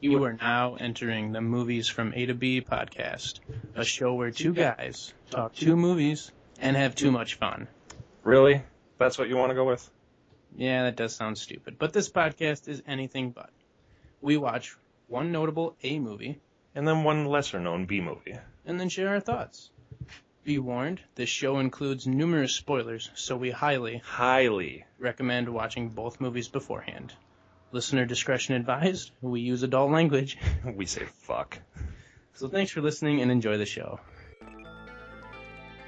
You are now entering the Movies from A to B podcast, a show where two guys talk two movies and have too much fun. Really? That's what you want to go with? Yeah, that does sound stupid, but this podcast is anything but. We watch one notable A movie And then one lesser known B movie. and then share our thoughts. Be warned, this show includes numerous spoilers, so we highly Highly. recommend watching both movies beforehand. Listener discretion advised, we use adult language. We say fuck. So thanks for listening and enjoy the show.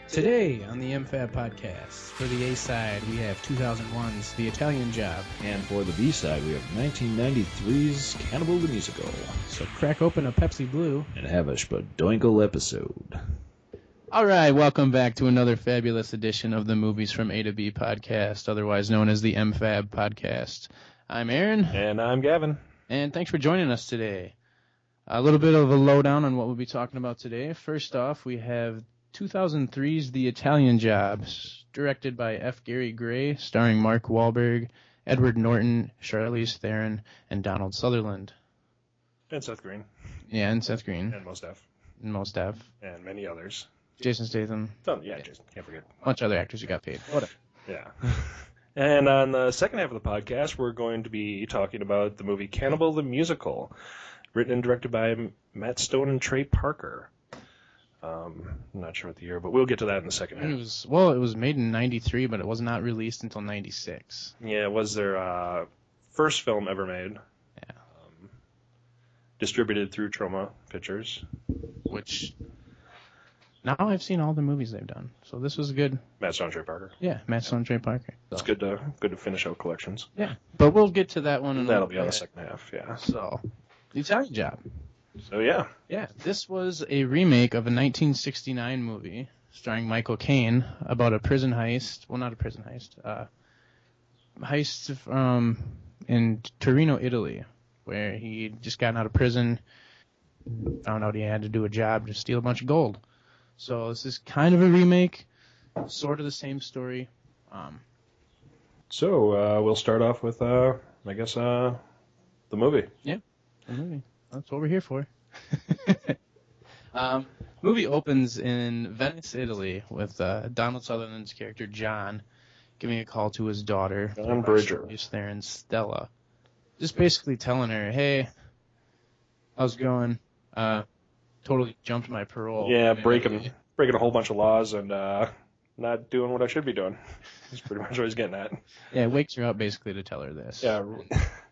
Today on the MFAB podcast, for the A side, we have 2001's The Italian Job. And for the B side, we have 1993's Cannibal the Musical, So crack open a Pepsi Blue. and have a Spadoinkle episode. All right, welcome back to another fabulous edition of the Movies from A to B podcast, otherwise known as the MFAB podcast. I'm Aaron, And I'm Gavin. and thanks for joining us today. A little bit of a lowdown on what we'll be talking about today. First off, we have 2003's The Italian Job, s- directed by F. Gary Gray, starring Mark Wahlberg, Edward Norton, Charlize Theron, and Donald Sutherland. And Seth Green. Yeah, and Seth Green, And Mostaf. and most Def, And many others. Jason Statham, Oh, yeah, Jason. Can't forget. a bunch of other actors who got paid. Whatever. Yeah. And on the second half of the podcast, we're going to be talking about the movie Cannibal the Musical, written and directed by M- Matt Stone and Trey Parker. Um, I'm not sure what the year, but we'll get to that in the second And It half. was well, it was made in '93, but it was not released until '96. Yeah, it was their uh, first film ever made. Yeah. Um, distributed through Troma Pictures. Which now I've seen all the movies they've done, so this was good. Matt Stone, Trey Parker. Yeah, Matt on Trey Parker. It's good to good to finish out collections. Yeah, but we'll get to that one. In a little That'll be on the bit. second half, yeah. So, the Italian Job. So yeah, Yeah, this was a remake of a 1969 movie starring Michael Caine about a prison heist. Well, not a prison heist. Uh, heist um, in Torino, Italy, where he had just gotten out of prison, found out he had to do a job to steal a bunch of gold. So this is kind of a remake, sort of the same story. Um, so uh, we'll start off with uh, I guess uh, the movie. the movie. That's what we're here for. um, movie opens in Venice, Italy, with uh, Donald Sutherland's character John giving a call to his daughter, John Bridger. Charlize Theron Stella, just basically telling her, "Hey, how's it going? Uh, totally jumped my parole. Yeah, breaking breaking a whole bunch of laws and uh, not doing what I should be doing. That's pretty much what he's getting at. Yeah, it wakes her up basically to tell her this. Yeah, r-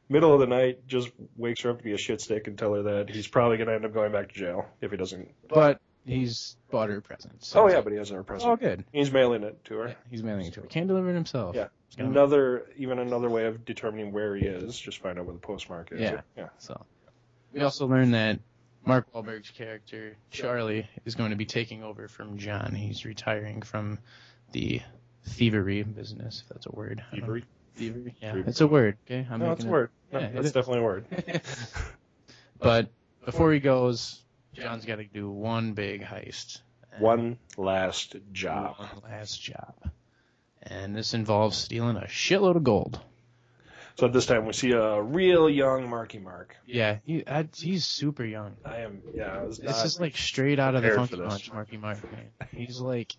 middle of the night just wakes her up to be a shit stick and tell her that he's probably gonna end up going back to jail if he doesn't. but he's bought her presents. Oh yeah, but he hasn't her it's present. all good. He's mailing it to her. Yeah, he's mailing it to her. Can't deliver it himself. Yeah. It's gonna- Another, even another way of determining where he is, just find out where the postmark is. Yeah. yeah. So we also learned that Mark Wahlberg's character Charlie is going to be taking over from John. He's retiring from the thievery business, if that's a word. I don't know. Thievery? Thievery. Yeah, Thievery. it's a word. Okay, I'm No, making it's a it- word. No, Yeah, it that's is. definitely a word. But before he goes, John's got to do one big heist. And One last job. one last job. And this involves stealing a shitload of gold. So at this time we see a real young Marky Mark. Yeah, he, I, he's super young. I am, yeah, I was This not- is like straight out of the prepared Funky for this. Bunch, Marky Mark. Man. He's like,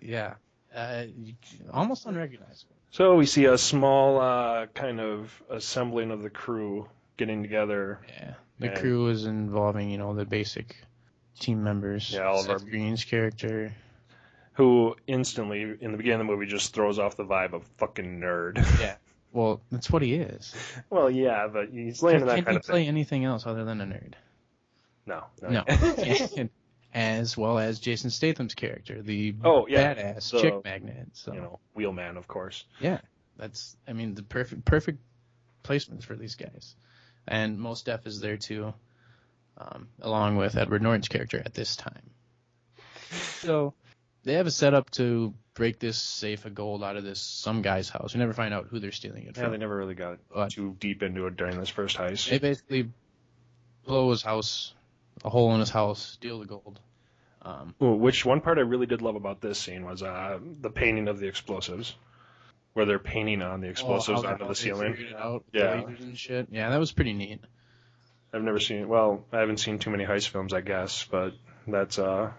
yeah, uh, you- almost unrecognizable. So we see a small uh, kind of assembling of the crew getting together. Yeah, the Yeah. crew is involving you know the basic team members. Yeah, all of Seth our- Green's character. Who instantly, in the beginning of the movie, just throws off the vibe of fucking nerd. Yeah. Well, that's what he is. well, yeah, but he's Can, laying in that can kind he of thing. play anything else other than a nerd? No, No. And as well as Jason Statham's character, the Oh, yeah, badass the- chick magnet. So you know, wheelman, of course. That's I mean the perfect perfect placements for these guys, and Most Def is there too, um, along with Edward Norton's character at this time. So they have a setup to break this safe of gold out of this some guy's house. We never find out who they're stealing it Yeah, from. they never really got But- too deep into it during this first heist. They basically blow his house, a hole in his house, steal the gold. Um, Well, Which one part I really did love about this scene was uh, the painting of the explosives, where they're painting on the explosives oh, how- onto how the they ceiling. figured it out with Yeah. the lasers and shit. Yeah, that was pretty neat. I've never seen. Well, I haven't seen too many heist films, I guess, but that's uh,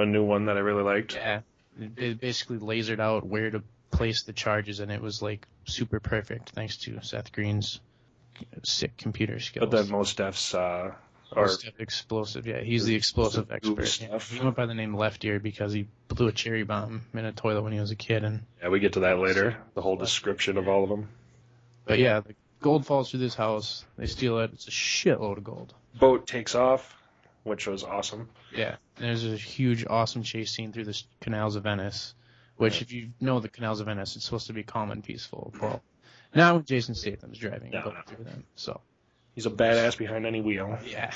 a new one that I really liked. Yeah, it it basically lasered out where to place the charges, and it was like super perfect thanks to Seth Green's sick computer skills. But then most deaths uh, are Most of explosive, yeah, he's the explosive Explosive goo expert. Yeah. stuff. He went by the name Left Ear because he blew a cherry bomb in a toilet when he was a kid, and Yeah, we get to that later. The whole description of all of them. But yeah, the gold falls through this house. They steal it. It's a shitload of gold. Boat takes off, which was awesome. Yeah. And there's a huge, awesome chase scene through the s- canals of Venice, which, if you know the canals of Venice, it's supposed to be calm and peaceful. Well, now Jason Statham's driving No, going no. through them. So, He's a badass behind any wheel. yeah.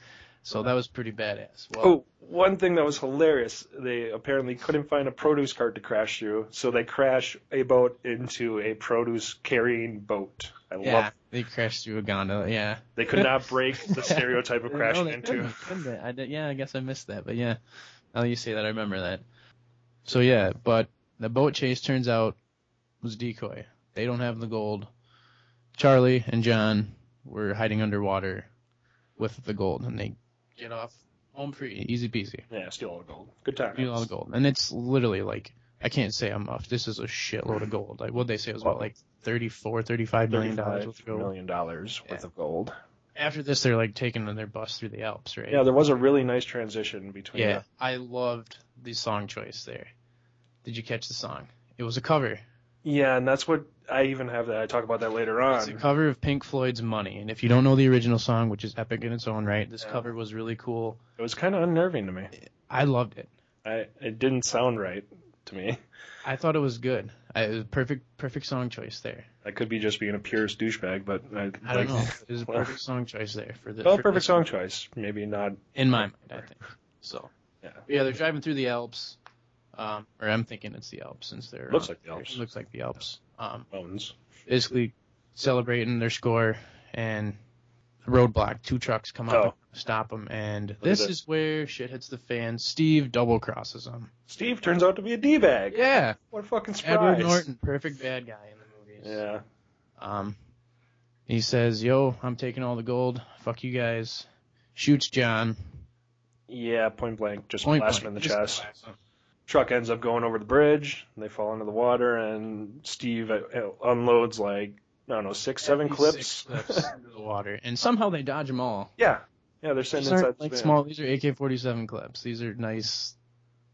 so that was pretty badass. Well, Oh, one thing that was hilarious. They apparently couldn't find a produce cart to crash through, so they crash a boat into a produce carrying boat. I love yeah. They crashed through a gondola. Yeah. They could not break the stereotype of crashing No, they into. couldn't, couldn't they? I did- yeah, I guess I missed that, but yeah. Now that you say that, I remember that. So yeah, but the boat chase turns out was a decoy. They don't have the gold. Charlie and John were hiding underwater with the gold, and they get off home free, easy peasy. Yeah, steal all the gold. Good time. Need all the gold, and it's literally like I can't say I'm off. This is a shitload of gold. Like what they say it was about like 34, 35 million dollars worth of gold. million dollars worth Yeah. of gold. After this, they're like taking their bus through the Alps, right? Yeah, there was a really nice transition between. Yeah, uh, I loved the song choice there. Did you catch the song? It was a cover. yeah, and that's what I even have that. I talk about that later on. It's a cover of Pink Floyd's Money. And if you don't know the original song, which is epic in its own right, this Yeah. cover was really cool. It was kind of unnerving to me. I loved it. I it didn't sound right to me. I thought it was good. I, it was perfect, perfect song choice there. I could be just being a purist douchebag, but I, I don't like, know. It was a well- perfect song choice there for the Well, for perfect this- song choice. Maybe not. in my mind. I think so. Yeah. yeah, they're driving through the Alps, um, or I'm thinking it's the Alps since they're uh, Looks like the Alps. Looks like the Alps. Um, Bones. basically celebrating their score and roadblock. Two trucks come up, Oh. and stop them, and at this this. is where shit hits the fan. Steve double crosses them. Steve turns out to be a d bag. Yeah, What a fucking surprise. Edward Norton, perfect bad guy in the movies. Yeah. Um, he says, "Yo, I'm taking all the gold. Fuck you guys." Shoots John. Yeah. Point blank. Just Point blast him blank. in the Just chest. blasts him. truck ends up going over the bridge. and They fall into the water, and Steve uh, unloads like I don't know six, seven These clips. six clips into the water, and somehow they dodge them all. yeah, yeah, they're sitting These inside aren't the like van. small. These are AK-47 clips. These are nice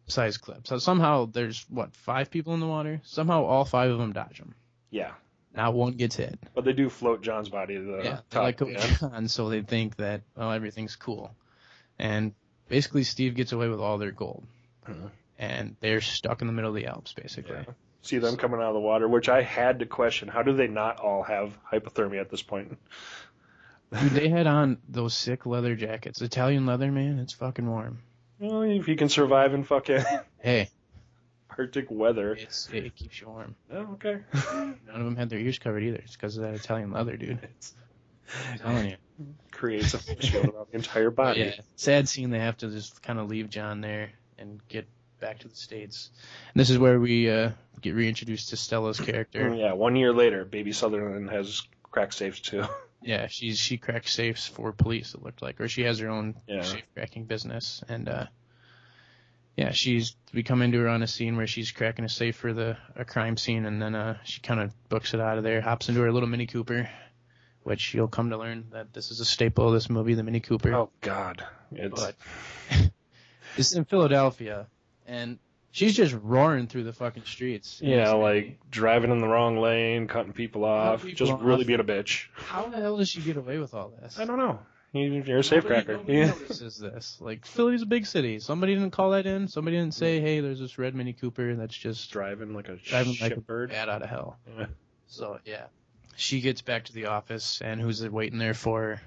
size clips. So somehow there's what five people in the water. Somehow all five of them dodge them. Yeah, Uh, Not one gets hit. but they do float John's body to the yeah, they top. like Coach yeah. John, so they think that oh everything's cool, and basically Steve gets away with all their gold, Mhm. and they're stuck in the middle of the Alps basically. Yeah. See them coming out of the water, which I had to question. How do they not all have hypothermia at this point? Dude, they had on those sick leather jackets, Italian leather, man. It's fucking warm. Well, if you can survive in fucking Hey, Arctic weather, it's it keeps you warm. oh, okay. None of them had their ears covered either. It's because of that Italian leather, dude. I'm telling you. Creates a force field around the entire body. Yeah, sad scene. They have to just kind of leave John there and get back to the states. And this is where we uh, get reintroduced to Stella's character. Mm, yeah. One year later, Baby Sutherland has crack safes too. Yeah, she's she cracks safes for police. It looked like, or she has her own Yeah. safe cracking business. And uh, yeah, she's we come into her on a scene where she's cracking a safe for the a crime scene, and then uh, she kind of books it out of there, hops into her little Mini Cooper. Which you'll come to learn that this is a staple of this movie, the Mini Cooper. Oh God, it's but it's in Philadelphia, and she's just roaring through the fucking streets. And yeah, it's like driving in the wrong lane, cutting people off, Cutting people just off. really being a bitch. how the hell does she get away with all this? I don't know. You- You're a safecracker. Nobody Yeah. notices this. Like Philly's a big city. Somebody didn't call that in. Somebody didn't say, "Hey, there's this red Mini Cooper that's just Driving like a driving like a shitbird. bat out of hell." Yeah. So yeah, she gets back to the office, and who's waiting there for? her?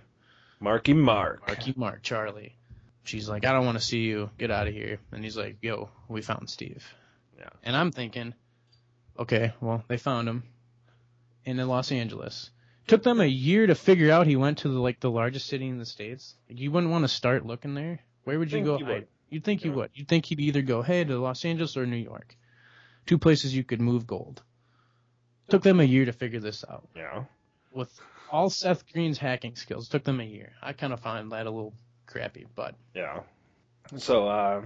Marky Mark. Marky Mark, Charlie. She's like, I don't want to see you. Get out of here. And he's like, Yo, we found Steve. Yeah. And I'm thinking, okay, well, they found him in Los Angeles. Took them a year to figure out he went to the, like the largest city in the states. Like, you wouldn't want to start looking there. Where would you Think go? you hide? would. You'd think you Yeah. would. You'd think he'd either go, hey, to Los Angeles or New York. Two places you could move gold. Took them a year to figure this out Yeah. with all Seth Green's hacking skills took them a year. I kind of find that a little crappy, but Yeah. So uh,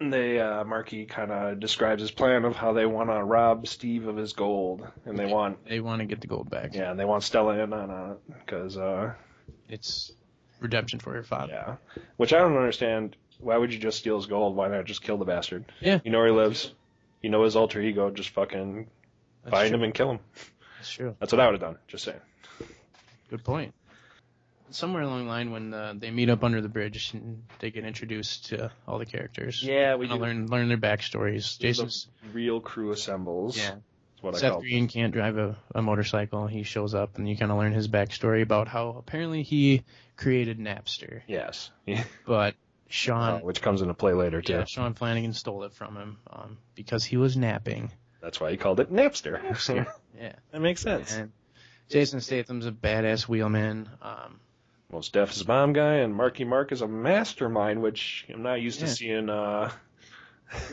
they uh, Markey kind of describes his plan of how they want to rob Steve of his gold, and they want they want to get the gold back. yeah, and they want Stella in on it because uh, It's redemption for your father. yeah, which I don't understand. Why would you just steal his gold? Why not just kill the bastard? Yeah. You know where he lives. You know his alter ego. Just fucking That's find true. him and kill him. That's true. That's what I would have done. Just saying. Good point. Somewhere along the line, when uh, they meet up under the bridge and they get introduced to all the characters, Yeah, we learn learn their backstories. Jason's real crew assembles. yeah. That's what I Seth call. Green can't drive a, a motorcycle. He shows up and you kind of learn his backstory about how apparently he created Napster, Yes. but Sean Uh, which comes into play later too. Yeah, Sean Flanagan stole it from him um, because he was napping. That's why he called it Napster. yeah. that makes sense. And Jason Statham's a badass wheelman. Um, Well, Steph is a bomb guy, and Marky Mark is a mastermind, which I'm not used Yeah. to seeing. Uh,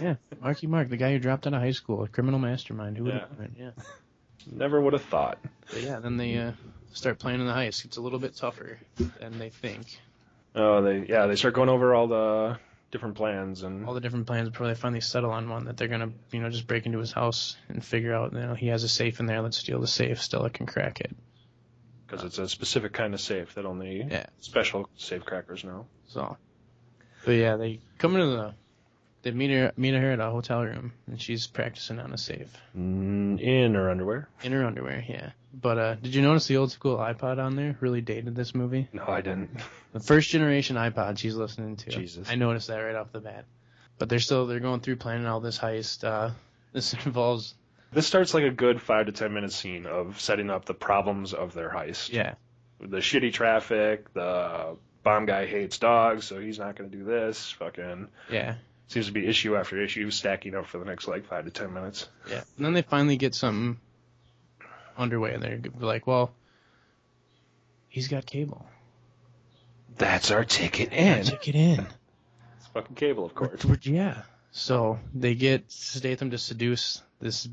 yeah, Marky Mark, the guy who dropped out of high school, a criminal mastermind. Who would Yeah. have known? Yeah. never would have thought. But yeah, then they uh, start playing in the heist. It's a little bit tougher than they think. Oh, they yeah, they start going over all the different plans, and All the different plans before they finally settle on one that they're gonna, you know, just break into his house and figure out. You know, he has a safe in there. Let's steal the safe. Stella can crack it. because it's a specific kind of safe that only Yeah. special safe crackers know. So, but yeah, they come into the, they meet her meet her at a hotel room, and she's practicing on a safe Mm, in her underwear? in her underwear. Yeah. But uh, did you notice the old school iPod on there really dated this movie? No, I didn't. The first generation iPod she's listening to. Jesus. I noticed that right off the bat. But they're still they're going through planning all this heist. Uh, this involves This starts like a good five to ten minute scene of setting up the problems of their heist. yeah the shitty traffic, the bomb guy hates dogs, so he's not going to do this. Fucking yeah seems to be issue after issue stacking up for the next like five to ten minutes. yeah. And then they finally get something underway, and they're like, well, he's got cable. That's our ticket Check it in. It's fucking cable, of course. We're- Yeah. So they get Statham to seduce this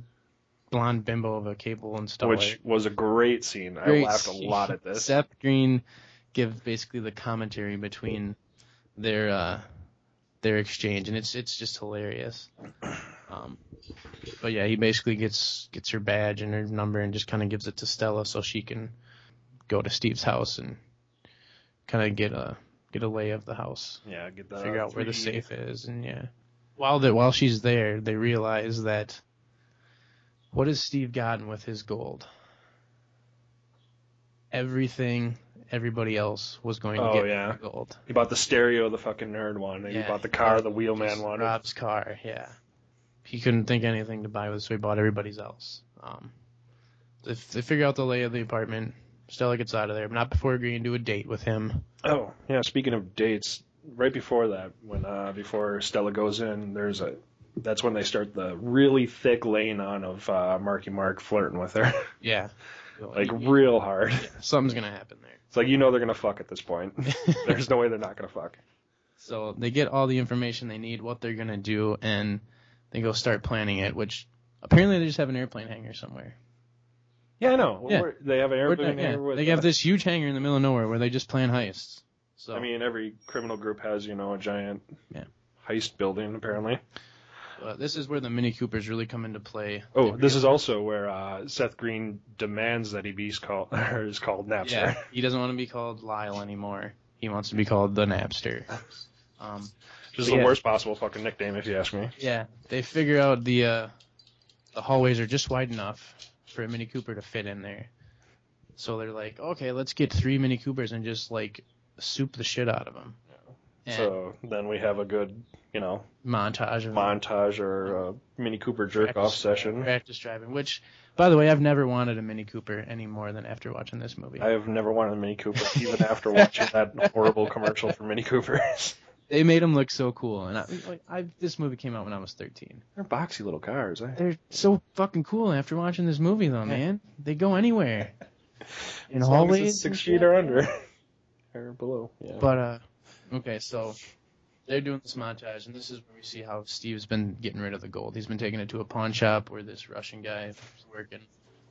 blonde bimbo of a cable installer. Which was a great scene. Great I laughed a scene. lot at this. Seth Green gives basically the commentary between their uh, their exchange, and it's it's just hilarious. Um, but yeah, he basically gets gets her badge and her number, and just kind of gives it to Stella so she can go to Steve's house and kind of get a get a lay of the house Yeah, get the figure out where the three- safe is, and yeah. While that while she's there, they realize that what has Steve gotten with his gold? Everything everybody else was going to Oh, get with yeah. the gold. He bought the stereo, the fucking nerd one. And Yeah. He bought the car, the wheelman Just one. Rob's car, yeah. He couldn't think anything to buy with, so he bought everybody's else. Um, they, they figure out the lay of the apartment. Stella gets out of there, but not before agreeing to a date with him. Oh, yeah. Speaking of dates, right before that, when uh, before Stella goes in, there's a. That's when they start the really thick laying on of uh, Marky Mark flirting with her, Yeah, like real hard. something's gonna happen there. It's like you know they're gonna fuck at this point. there's no way they're not gonna fuck. So they get all the information they need, what they're gonna do, and they go start planning it. Which apparently they just have an airplane hangar somewhere. Yeah, I know. Yeah. We're- They have an Or- airplane. yeah, here with, they have this huge hangar in the middle of nowhere where they just plan heists. So I mean, every criminal group has you know a giant Yeah. heist building apparently. uh, this is where the Mini Coopers really come into play. Oh, this is also where uh, Seth Green demands that he be called or is called Napster. yeah, he doesn't want to be called Lyle anymore. He wants to be called the Napster. Um, Which is Yeah. the worst possible fucking nickname if you ask me. yeah, they figure out the uh, the hallways are just wide enough for a Mini Cooper to fit in there. So they're like, okay, let's get three Mini Coopers and just like soup the shit out of them. So then we have a good, you know, montage of montage or uh, Mini Cooper jerk off Practice. session. practice driving. Which, by the way, I've never wanted a Mini Cooper any more than after watching this movie. I have never wanted a Mini Cooper, even after watching that horrible commercial for Mini Coopers. they made them look so cool, and I, like, I this movie came out when I was 13. They're boxy little cars. Eh? They're so fucking cool after watching this movie, though, man. They go anywhere in As long as hallways, it's six and feet shit. or under, or below. Yeah. But uh, okay, so they're doing this montage, and this is where we see how Steve's been getting rid of the gold. He's been taking it to a pawn shop where this Russian guy is working.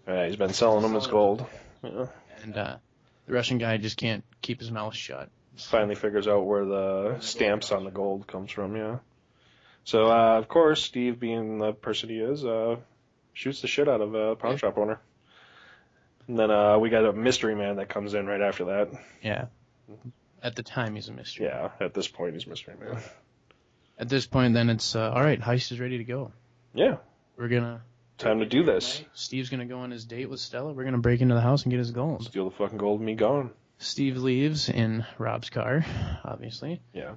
Yeah, he's been selling them as gold. Yeah. and uh, the Russian guy just can't keep his mouth shut. Finally figures out where the stamps on the gold comes from, yeah. So, uh, of course, Steve, being the person he is, uh, shoots the shit out of a pawn Yeah. shop owner. And then uh, we got a mystery man that comes in right after that. Yeah. At the time, he's a mystery. Yeah, at this point, he's mystery man. At this point, then it's uh, all right. Heist is ready to go. Yeah, We're gonna. time to do this. Steve's gonna go on his date with Stella. We're gonna break into the house and get his gold. Steal the fucking gold and be gone. Steve leaves in Rob's car, obviously. Yeah.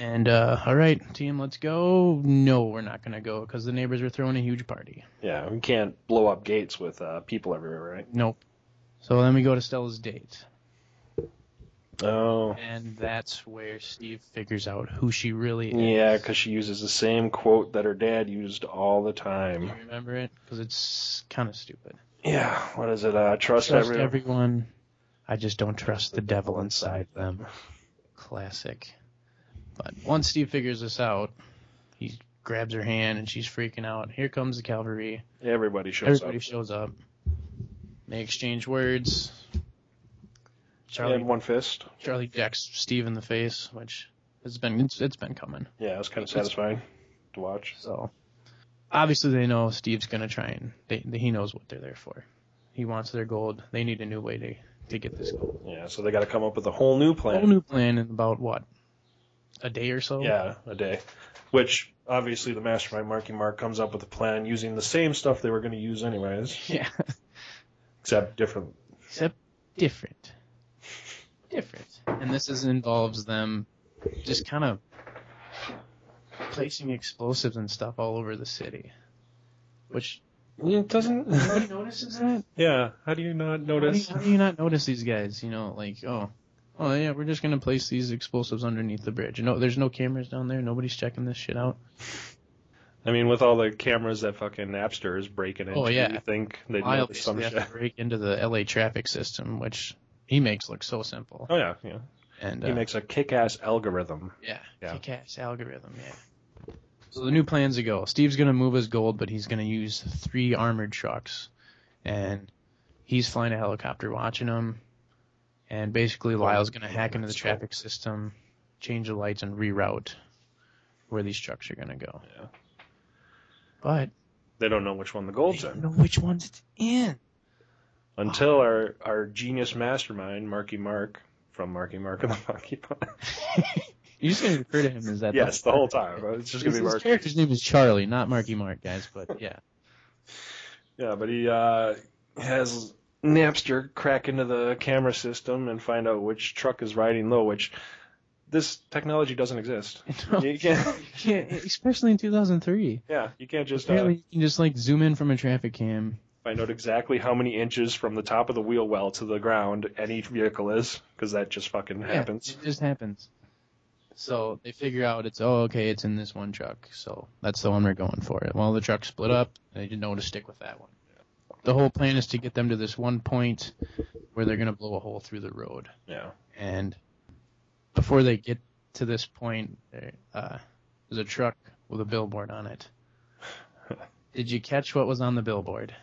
And uh, all right, team, let's go. No, we're not gonna go because the neighbors are throwing a huge party. Yeah, we can't blow up gates with uh, people everywhere, right? Nope. So then we go to Stella's date, Oh. and that's where Steve figures out who she really is. Yeah, because she uses the same quote that her dad used all the You time. remember it? Because it's kind of stupid. Yeah, what is it? Uh, trust, Trust everyone. everyone. I just don't trust the devil inside them. Classic. But once Steve figures this out, he grabs her hand and she's freaking out. Here comes the cavalry. Everybody shows Everybody up. shows up. They exchange words. Charlie And one fist. Charlie decks Steve in the face, which has been it's, it's been coming. Yeah, it was kind of satisfying to watch. So obviously they know Steve's gonna try and they, he knows what they're there for. He wants their gold. They need a new way to to get this gold. Yeah, so they got to come up with a whole new plan. Whole new plan in about what a day or so. Yeah, a day. Which obviously the mastermind Marky Mark comes up with a plan using the same stuff they were going to use anyways, Yeah. except different. Except different. Different. And this is involves them just kind of placing explosives and stuff all over the city. Which It doesn't. nobody notices that. yeah, how do you not How do, notice? you, how do you not notice these guys? You know, like, oh, oh yeah, we're just gonna place these explosives underneath the bridge. No, there's no cameras down there. Nobody's checking this shit out. I mean, with all the cameras that fucking Napster is breaking into, Oh, yeah. you think they'd I notice obviously some have shit. to break into the LA traffic system, which he makes look so simple. Oh yeah, yeah. And He uh, makes a kick-ass algorithm. yeah, Yeah. kick-ass algorithm. Yeah. So the new plans to go. Steve's gonna move his gold, but he's gonna use three armored trucks, and he's flying a helicopter watching them. And basically, Lyle's gonna hack into the traffic system, change the lights, and reroute where these trucks are gonna go. Yeah. But They don't know which one the they gold's don't in know which ones it's in. until our our genius mastermind Marky Mark from Marky Mark and the Monkey Paw. You just gonna refer to him as that. the yes, the whole time. It's just gonna His, be his Mark. character's name is Charlie, not Marky Mark, guys. But yeah, Yeah, but he uh, has Napster crack into the camera system and find out which truck is riding low. Which this technology doesn't exist. You can't. can't, especially in 2003. Yeah, you can't just uh, Apparently, you can just like zoom in from a traffic cam. find out exactly how many inches from the top of the wheel well to the ground any vehicle is, because that just fucking happens. Yeah, it just happens. So they figure out it's oh okay, it's in this one truck, so that's the one we're going for. Well, the truck split up. They didn't know to stick with that one. The whole plan is to get them to this one point where they're gonna blow a hole through the road. Yeah. and before they get to this point, there, uh, there's a truck with a billboard on it. Did you catch what was on the billboard?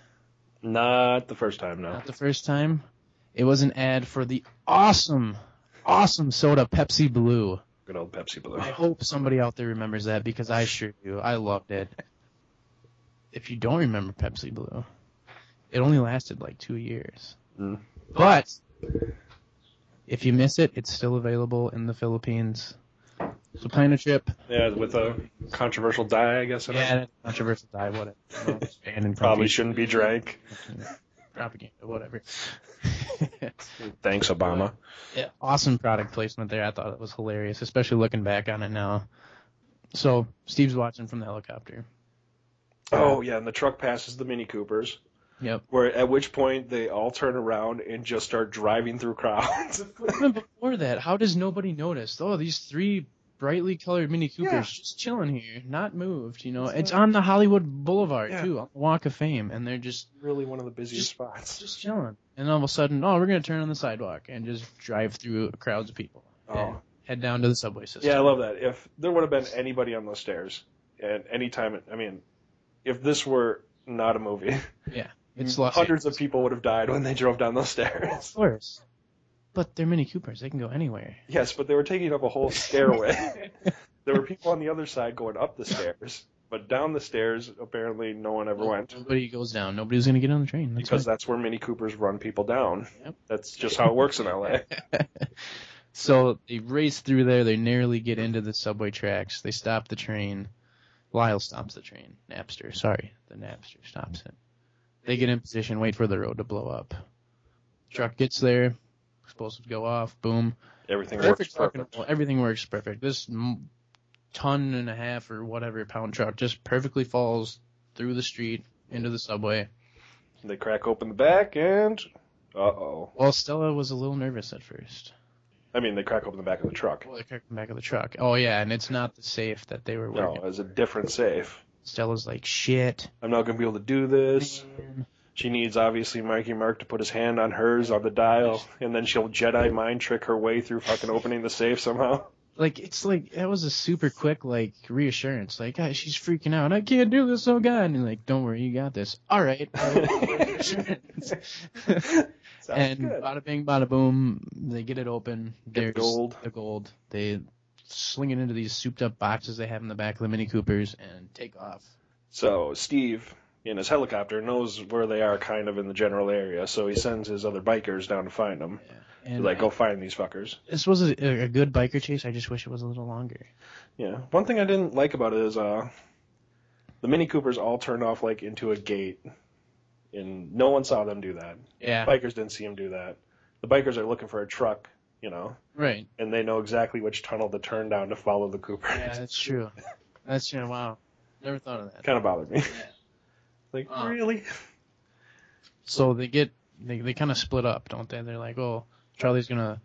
Not the first time, no. Not the first time. It was an ad for the awesome, awesome soda Pepsi Blue. Good old Pepsi Blue. I hope somebody out there remembers that because I sure do. I loved it. If you don't remember Pepsi Blue, it only lasted like two years. Mm. But if you miss it, it's still available in the Philippines. So plan a trip. Yeah, with a controversial die, I guess. in it. Yeah, controversial die, whatever. and in Probably shouldn't be drank. propaganda, whatever. Thanks, Obama. Yeah, awesome product placement there. I thought it was hilarious, especially looking back on it now. So Steve's watching from the helicopter. Oh yeah, and the truck passes the Mini Coopers. Yep. Where at which point they all turn around and just start driving through crowds. Even before that, how does nobody notice? Oh, these three brightly colored Mini Coopers Yeah. just chilling here, not moved. You know, It's it's, not- on the Hollywood Boulevard Yeah. too, on the Walk of Fame, and they're just really one of the busiest Just- spots. just chilling. And all of a sudden, oh, we're gonna turn on the sidewalk and just drive through crowds of people. Oh. Head down to the subway system. Yeah, I love that. If there would have been anybody on those stairs at any time, I mean, if this were not a movie, Yeah. It's Los Mm-hmm. Hundreds Angeles. of people would have died when they drove down those stairs. Of course. But they're Mini Coopers. They can go anywhere. Yes, but they were taking up a whole stairway. there were people on the other side going up the stairs, but down the stairs apparently no one ever went Nobody goes down. Nobody's gonna get on the train. That's because why. that's where Mini Coopers run people down. Yep. That's just how it works in LA. so they race through there. They narrowly get into the subway tracks. They stop the train. Lyle stops the train. Napster. Sorry, the Napster stops it. They get in position. Wait for the road to blow up. Truck gets there. Supposed to go off. Boom. Everything Perfect works perfect. fucking- well, everything works perfect. This m- ton and a half or whatever pound truck just perfectly falls through the street into the subway. They crack open the back and uh oh. Well, Stella was a little nervous at first. I mean, they crack open the back of the truck. Well, they cracked the back of the truck. Oh yeah, and it's not the safe that they were No, working. it's a different safe. Stella's like, shit. I'm not gonna be able to do this. man. She needs obviously Mikey Mark to put his hand on hers on the dial, and then she'll Jedi mind trick her way through fucking opening the safe somehow. Like it's like that was a super quick like reassurance. Like, guys, she's freaking out. I can't do this. Oh god. And like, don't worry, you got this. All right. Sounds and uh, good. bada bing, bada boom, they get it open. the There's gold. The gold. They sling it into these souped-up boxes they have in the back of the Mini Coopers and take off. So Steve, in his helicopter, knows where they are, kind of in the general area. So he sends his other bikers down to find them. And like, oh. go find these fuckers. this was a, a good biker chase. I just wish it was a little longer. Yeah. One thing I didn't like about it is uh, the Mini Coopers all turned off like into a gate, and no one saw them do that. Yeah. Bikers didn't see them do that. The bikers are looking for a truck, you know, right. and they know exactly which tunnel to turn down to follow the Coopers. Yeah, that's true. That's true. Wow. Never thought of that. kind of bothered me. like, Uh. really? So they get they they kind of split up, don't they? They're like, oh, Charlie's gonna,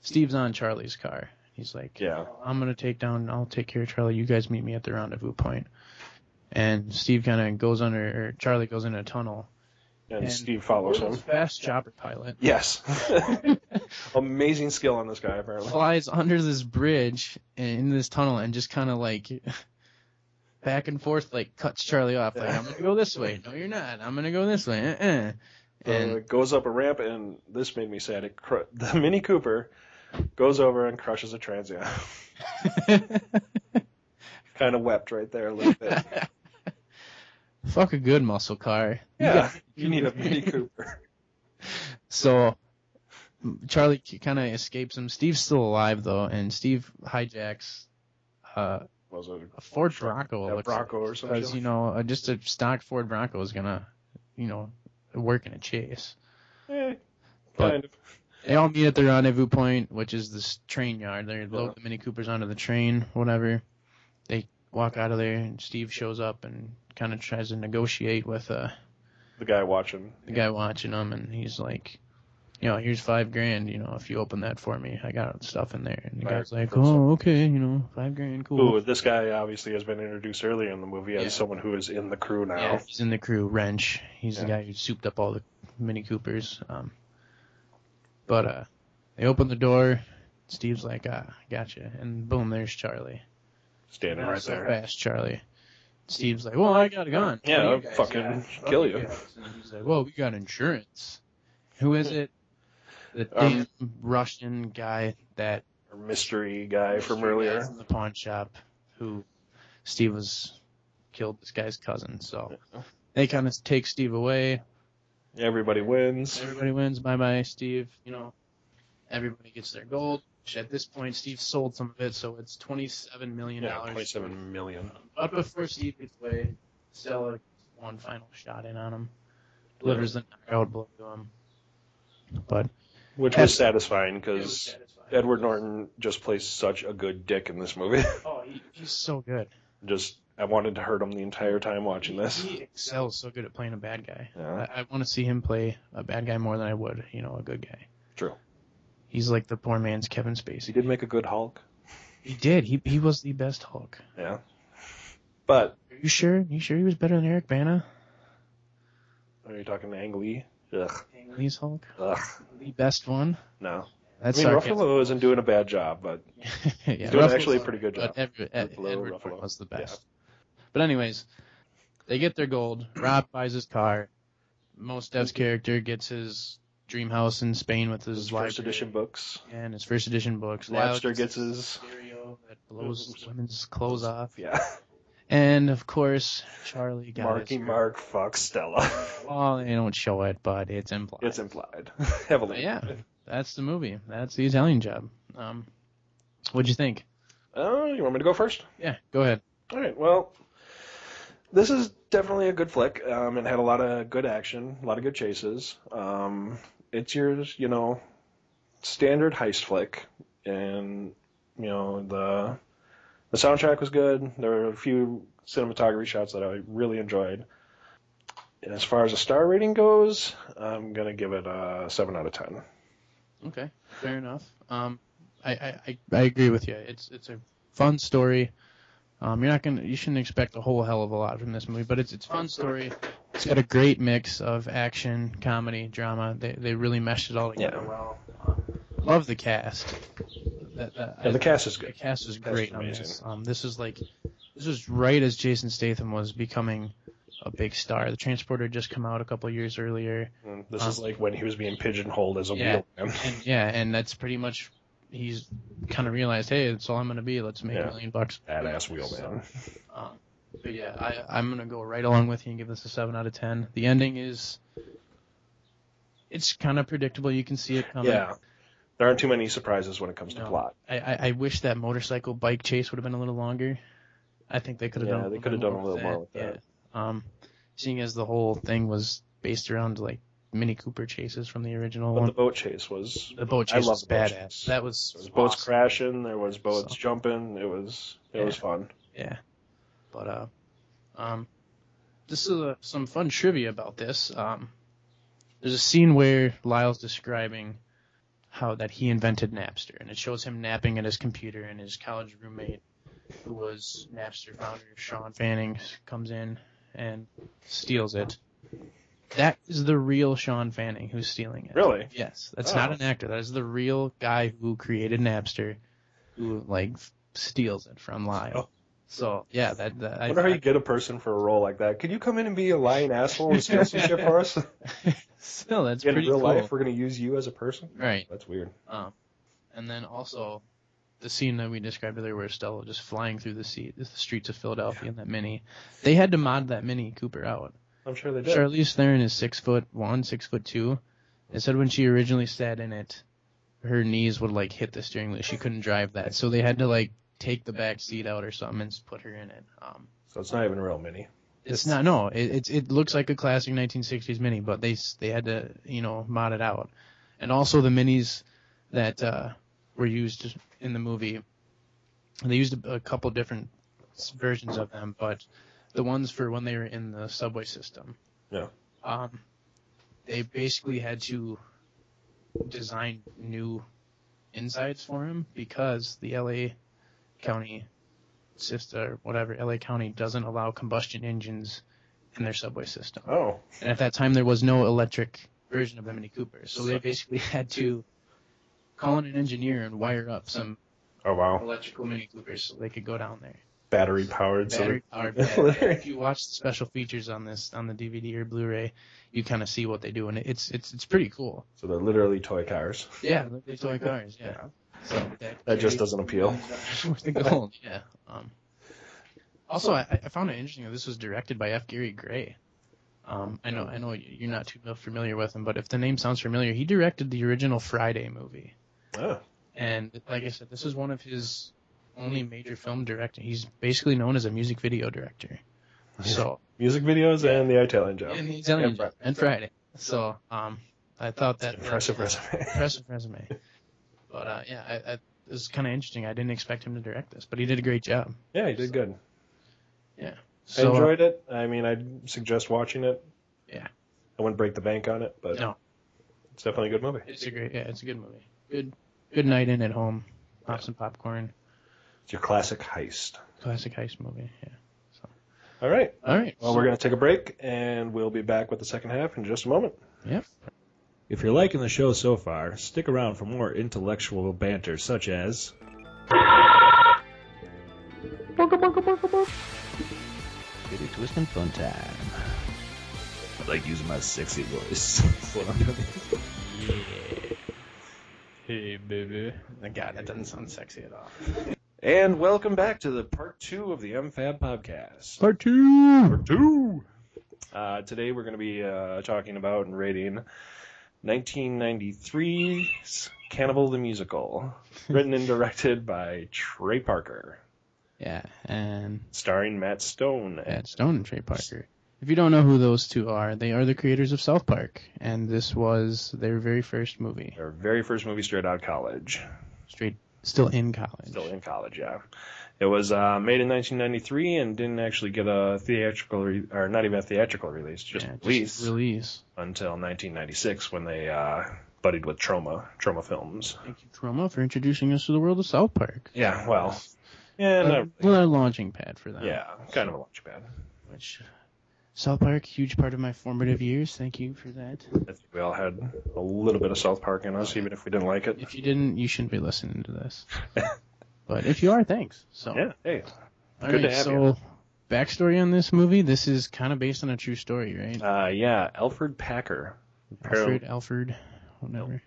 Steve's on Charlie's car. He's like, Yeah. I'm gonna take down. I'll take care of Charlie. You guys meet me at the rendezvous point. And Steve kind of goes under, or Charlie goes in a tunnel. And, And- Steve follows him. Fast chopper pilot Yes. Amazing skill on this guy, apparently. flies under this bridge and in this tunnel and just kind of like back and forth, like cuts Charlie off. Like Yeah. I'm gonna go this way. No, you're not. I'm gonna go this way. Uh-uh. uh, And goes up a ramp, and this made me sad. It cr- the Mini Cooper goes over and crushes a transient. kind of wept right there a little bit. fuck a good muscle car. You Yeah, got- you need a Mini Cooper. So Charlie kind of escapes him. Steve's still alive though, and Steve hijacks uh, Was it a Ford Bronco. a looks Bronco or like, because you something? know uh, just a stock Ford Bronco is gonna, you know, work in a chase. Eh, But- kind of. They all meet at the rendezvous point, which is this train yard. They Yeah. load the Mini Coopers onto the train, whatever. They walk out of there, and Steve shows up and kind of tries to negotiate with uh, The guy watching. the guy watching them, and he's like, you know, here's five grand, you know, if you open that for me, I got stuff in there. And the Right. guy's like, oh, okay, you know, five grand, cool. Who this guy obviously has been introduced earlier in the movie as Yeah. someone who is in the crew now. Yeah, he's in the crew, Wrench. He's the Yeah. guy who souped up all the Mini Coopers. Um, but uh, they open the door. Steve's like, ah, gotcha. And boom, there's Charlie. Standing right so there. fast, Charlie. Steve's like, well, I got a gun. Yeah, What I'll do you guys fucking got? kill you. guys. And he's like, well, we got insurance. Who is it? The damn Um, Russian guy that Mystery guy from earlier. in the pawn shop who Steve was killed this guy's cousin. So they kind of take Steve away. Everybody wins. Everybody wins. Bye bye, Steve. You know, everybody gets their gold. Which at this point, Steve sold some of it, so it's twenty-seven million Yeah, dollars. twenty-seven million. But before Steve gets away, Stella gets one final shot in on him, delivers the knockout blow to him. But Which Ed- was satisfying it was because satisfying. Edward Norton just plays such a good dick in this movie. oh, he, he's so good. just I wanted to hurt him the entire time watching this. He excels so good at playing a bad guy. Yeah, I, I want to see him play a bad guy more than I would, you know, a good guy. true. He's like the poor man's Kevin He Spacey. did make a good Hulk. He did. He he was the best Hulk. Yeah, but Are you sure? You sure he was better than Eric Bana? are you talking to Ang Lee? Ugh, Lee's Hulk, ugh, the best one. no. That's I mean, sarcasm. Ruffalo isn't doing a bad job, but yeah, he's doing Ruffalo's actually a pretty good job. But every, Ed, Ruffalo, Edward Ruffalo. was the best. But anyways, they get their gold. Rob buys his car. Most Dev's character gets his dream house in Spain with his, His library first edition books. and his first edition books. Lobster Wild gets his. stereo that blows women's clothes off. Yeah. And of course, Charlie got Marky his- Mark fucks Stella. Well, they don't show it, but it's implied. it's implied heavily. yeah, that's the movie. That's the Italian job. Um, what'd you think? Oh, you want me to go first? Yeah, go ahead. All right. Well, this is definitely a good flick. Um, it had a lot of good action, a lot of good chases. Um, it's your, you know, standard heist flick, and you know the the soundtrack was good. There were a few cinematography shots that I really enjoyed. And as far as a star rating goes, I'm gonna give it a seven out of ten. Okay, fair enough. Um, I, I, I, I agree with you. It's it's a fun story. Um, you're not gonna you shouldn't expect a whole hell of a lot from this movie, but it's it's a fun story. It's got a great mix of action, comedy, drama. They they really meshed it all together Yeah. well. Love the cast. That- that- Yeah, the cast is The good. cast is Cast great is on amazing. this. Um, this is like, this was right as Jason Statham was becoming a big star. The Transporter had just come out a couple years earlier. And This is like when he was being pigeonholed as a Yeah. wheelman. And yeah, and that's pretty much he's kind of realized, hey, that's all I'm gonna be. Let's make Yeah. a million bucks. Badass wheelman. Um, but yeah, I, I'm gonna go right along with you and give this a seven out of ten. The ending is, it's kind of predictable. You can see it coming. Yeah. There aren't too many surprises when it comes to Oh, No. plot. I, I, I wish that motorcycle bike chase would have been a little longer. I think they could have Yeah, done. they little could have bit done a little more with that. Yeah. Um, seeing as the whole thing was based around like Mini Cooper chases from the original But one, the boat chase was the, boat I chase love was the boat badass. chase. That was, there was boats awesome. crashing, there was boats So- jumping, it was it was Yeah. fun. Yeah, but uh, um, this is a, some fun trivia about this. Um, there's a scene where Lyle's describing how that he invented Napster, and it shows him napping at his computer, and his college roommate, who was Napster founder Sean Fanning, comes in and steals it. That is the real Sean Fanning who's stealing it. Really? Yes, that's Oh. not an actor. That is the real guy who created Napster, who like f- steals it from Lyle. Oh. So yeah, that, that I wonder how you get a person for a role like that. Could you come in and be a lying asshole and steal some shit for us? still that's in pretty real cool. life we're gonna use you as a person? Right. That's weird. Um, and then also the scene that we described earlier, where Stella just flying through the, sea, the streets of Philadelphia in that mini, they had to mod that mini Cooper out. I'm sure they did. Charlize Theron is six foot one, six foot two. It said when she originally sat in it, her knees would like hit the steering wheel. She couldn't drive that, so they had to like take the back seat out or something and s- put her in it. Um, So it's not even real mini. it's not no, it, it it looks like a classic 1960s mini, but they s- they had to you know mod it out, and also the minis that uh, were used in the movie. They used a, a couple different s- versions of them, but the ones for when they were in the subway system. Yeah. Um, they basically had to design new insides for him because the LA County system, or whatever, LA County doesn't allow combustion engines in their subway system. Oh. And at that time, there was no electric version of the Mini Cooper, so they basically had to call in an engineer and wire up some Oh wow. electrical Mini Coopers so they could go down there. Battery powered so Battery powered battery. If you watch the special features on this on the DVD or Blu-ray, you kind of see what they do, and it's it's it's pretty cool. so they're literally toy cars. Yeah, they toy cars. Yeah. So That just doesn't appeal. worth the gold. Yeah. Um, also, I, I found it interesting that this was directed by F. Gary Gray. Um, I know I know you're not too familiar with him, but if the name sounds familiar, he directed the original Friday movie, Oh. and like I said, this is one of his only major film directing. He's basically known as a music video director. So Music videos and the Italian job. and the Italian And Friday. and Friday. So um, I thought that Impressive resume. impressive resume. But uh, yeah, I, I, it was kind of interesting. I didn't expect him to direct this, but he did a great job. Yeah, he did good. So, uh, I enjoyed it. I mean, I'd suggest watching it. Yeah. I wouldn't break the bank on it, but No. it's definitely a good movie. It's a great, yeah, it's a good movie. Good, good night in at home, pop some popcorn, It's your classic heist. classic heist movie. Yeah. All right. All right. Well, we're going to take a break, and we'll be back with the second half in just a moment. Yep. If you're liking the show so far, stick around for more intellectual banter such as Get a twist and fun time. like using my sexy voice. That's what I'm doing. Hey, baby. God, that doesn't sound sexy at all. And welcome back to the part two of the MFAB podcast. Part two. two. Uh, today we're going to be uh, talking about and rating 1993's Cannibal the Musical, written and directed by Trey Parker, Yeah, and starring Matt Stone. Matt Stone and Trey Parker. If you don't know who those two are, they are the creators of South Park, and this was their very first movie. Their very first movie straight out of college. Straight, still in college. Still in college, yeah. It was uh, made in 1993 and didn't actually get a theatrical, re- or not even a theatrical release, just Yeah, just release release. until 1996 when they uh, buddied with Trauma, Trauma Films. Thank you, Troma, for introducing us to the world of South Park. Yeah, well, yeah, not Well, our launching pad for them. Yeah, kind of a launch pad. Which South Park, huge part of my formative years. Thank you for that. I think we all had a little bit of South Park in us, even if we didn't like it. If you didn't, you shouldn't be listening to this. but if you are, thanks. So Yeah, hey. all good to right, have so backstory on this movie. This is kind of based on a true story, right? Uh, yeah, Alfred Packer. Alfred, Alfred, whatever.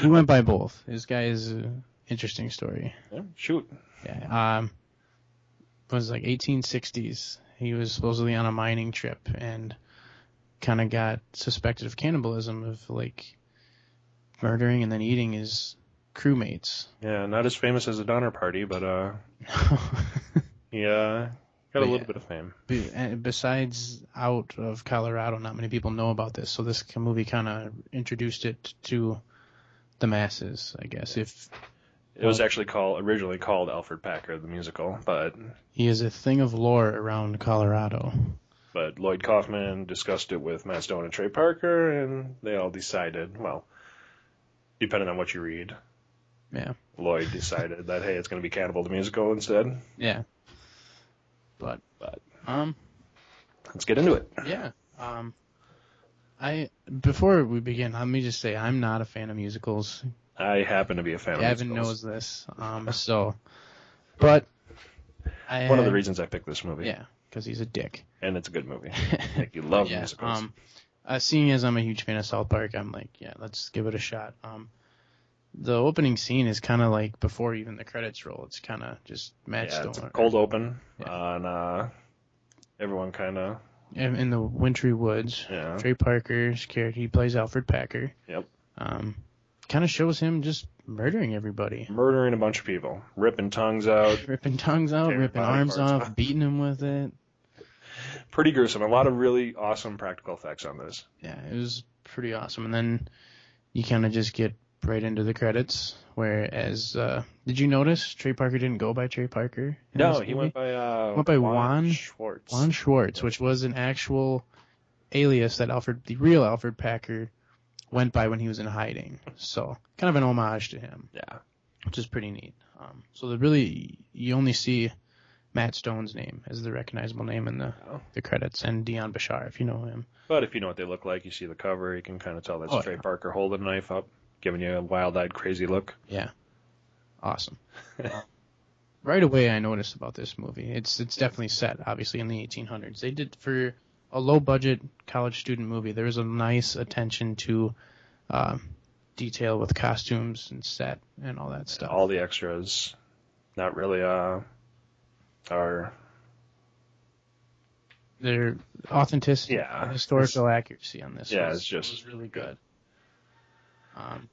He went by both. This guy is an interesting story. Yeah, shoot. Yeah. Um, it was like 1860s. He was supposedly on a mining trip and kind of got suspected of cannibalism, of like murdering and then eating his crewmates. Yeah, not as famous as the Donner Party, but uh, he uh, got a Yeah. little bit of fame. Be- and besides out of Colorado, not many people know about this. So this k- movie kind of introduced it to the masses, I guess. If It was actually called originally called Alfred Packer the musical, but he is a thing of lore around Colorado. but Lloyd Kaufman discussed it with Matt Stone and Trey Parker, and they all decided, well, depending on what you read, Yeah. Lloyd decided that hey, it's going to be Cannibal the musical instead. Yeah. But But- um Let's get into it. yeah um I before we begin, let me just say I'm not a fan of musicals. I happen to be a fan of Gavin musicals. knows this. Um so but I One of the reasons I picked this movie. yeah, cuz he's a dick. And it's a good movie. Like you love yeah, musicals. Um, uh, seeing as I'm a huge fan of South Park, I'm like, yeah, let's give it a shot. Um, the opening scene is kind of like before even the credits roll. It's kind of just Matt yeah, Stone it's a cold open Yeah. on uh everyone kinda in, in the wintry woods. yeah. Trey Parker's character, he plays Alfred Packer. Yep. Um, kind of shows him just murdering everybody, Murdering a bunch of people, ripping tongues out. ripping tongues out, Tearing ripping body arms parts off, off. beating him with it. Pretty gruesome. A lot of really awesome practical effects on this. yeah, it was pretty awesome. And then you kind of just get right into the credits. Whereas, uh, did you notice Trey Parker didn't go by Trey Parker? in No, this movie? he went by uh Went by Juan- Schwartz. Juan Schwartz, which was an actual alias that Alfred, the real Alfred Packer, went by when he was in hiding. So kind of an homage to him, Yeah. which is pretty neat. Um, so the really you only see Matt Stone's name as the recognizable name in the the credits, and Dion Bashar if you know him. But if you know what they look like, you see the cover, you can kinda tell that's Oh, Trey yeah. Parker holding a knife up, giving you a wild eyed crazy look. Yeah. Awesome. Um, right away I noticed about this movie. It's it's definitely set obviously in the 1800s. They did for a low budget college student movie. There was a nice attention to um, detail with costumes and set and all that stuff. all the extras not really uh are Their authenticity, Yeah. and historical accuracy on this. Yeah, was, it's just was really good. Um,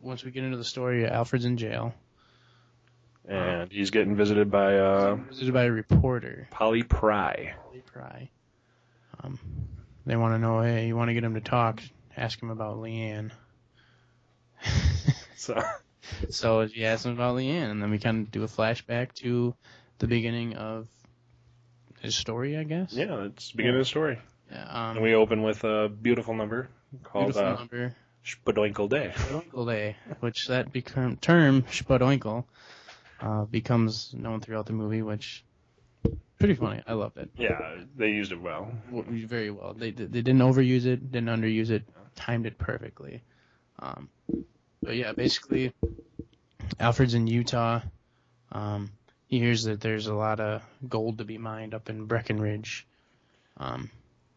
once we get into the story, Alfred's in jail. and he's getting visited by uh visited by a reporter. Polly Pry. They pry. Um, they want to know, hey, you want to get him to talk? Ask him about Leanne. So so you ask him about Leanne, and then we kind of do a flashback to the beginning of his story, I guess. yeah, it's the beginning of the story. Yeah, um, And we open with a beautiful number called beautiful uh, number, Spadoinkle Day. Spadoinkle Day, which that become, term Spadoinkle uh, becomes known throughout the movie, which pretty funny. I love it. Yeah, they used it well. w- very well. They they they didn't overuse it, didn't underuse it, timed it perfectly. Um, but yeah, basically, Alfred's in Utah. Um, he hears that there's a lot of gold to be mined up in Breckenridge. Um,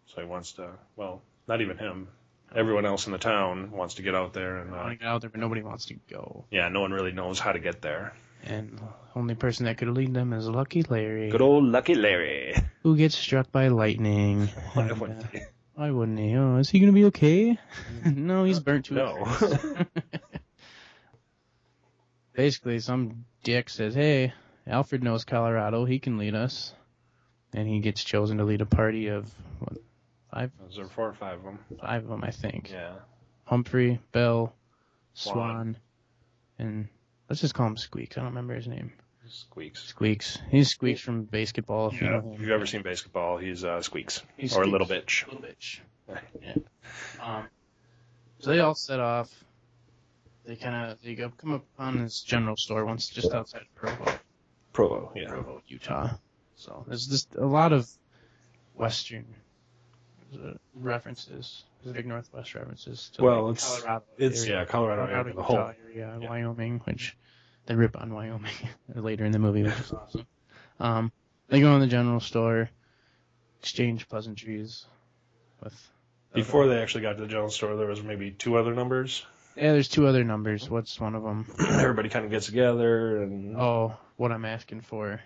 So he wants to, well, not even him. Everyone else in the town wants to get out there, I and want uh, to get out there, but nobody wants to go. yeah, no one really knows how to get there. And the only person that could lead them is Lucky Larry, Good old Lucky Larry. who gets struck by lightning. Why And, wouldn't uh, he? why wouldn't he? Oh, is he gonna be okay? no, he's burnt to no. it. Basically, some dick says, "Hey, Alfred knows Colorado. He can lead us," and he gets chosen to lead a party of what, five, There were four or five of them. five of them, I think. Yeah. Humphrey, Bell, Swan. Swan, and let's just call him Squeaks. I don't remember his name. Squeaks. Squeaks. He's Squeaks from basketball. If you Yeah, know if him. you've ever seen basketball, he's uh, Squeaks. He's or Squeaks. Little Bitch. Little bitch. Yeah. Um, so they all set off. They kind of they go, come upon this general store once just outside Provo, Provo, yeah. Provo, Utah. So there's just a lot of Western uh, references, Pacific Northwest references. To Well, like, it's- Colorado it's- area. Yeah, Colorado, Colorado, area, the whole. Utah area, Yeah. Wyoming, which they rip on Wyoming later in the movie, which is awesome. Um, they go in the general store, exchange pleasantries with. Before they actually got to the general store, there was maybe two other numbers. Yeah, there's two other numbers. What's one of them? Everybody kind of gets together, and Oh, what I'm asking for.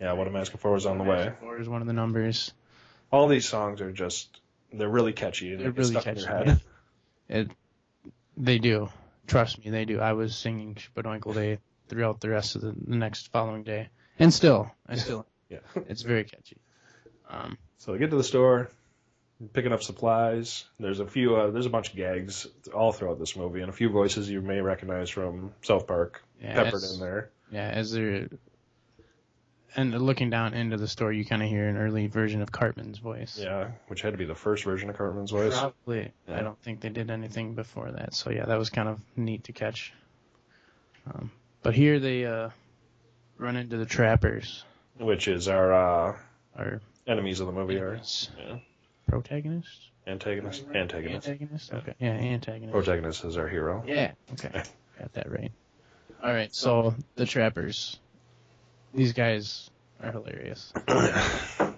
yeah, what I'm asking for was on the What I'm way. Asking for is one of the numbers. All these songs are just, they're really catchy. And They're they get really stuck catchy. in your head. It, they do. Trust me, they do. I was singing Spadoinkle Day throughout the rest of the, the next following day, and still, I still, Yeah. it's very catchy. Um, So they get to the store, picking up supplies. There's a few, uh, there's a bunch of gags all throughout this movie, and a few voices you may recognize from South Park yeah, peppered it's- in there. Yeah, as they're and looking down into the store, you kind of hear an early version of Cartman's voice. Yeah, which had to be the first version of Cartman's voice. Probably. Yeah. I don't think they did anything before that. So yeah, that was kind of neat to catch. Um, but here they uh, run into the trappers, which is our uh, our enemies of the movie Oh, are protagonists. yeah. Protagonists? antagonist, antagonist, Antagonists? Okay. Yeah, antagonists. protagonist is our hero. Yeah. Okay. Got that right. All right. So the trappers. These guys are hilarious.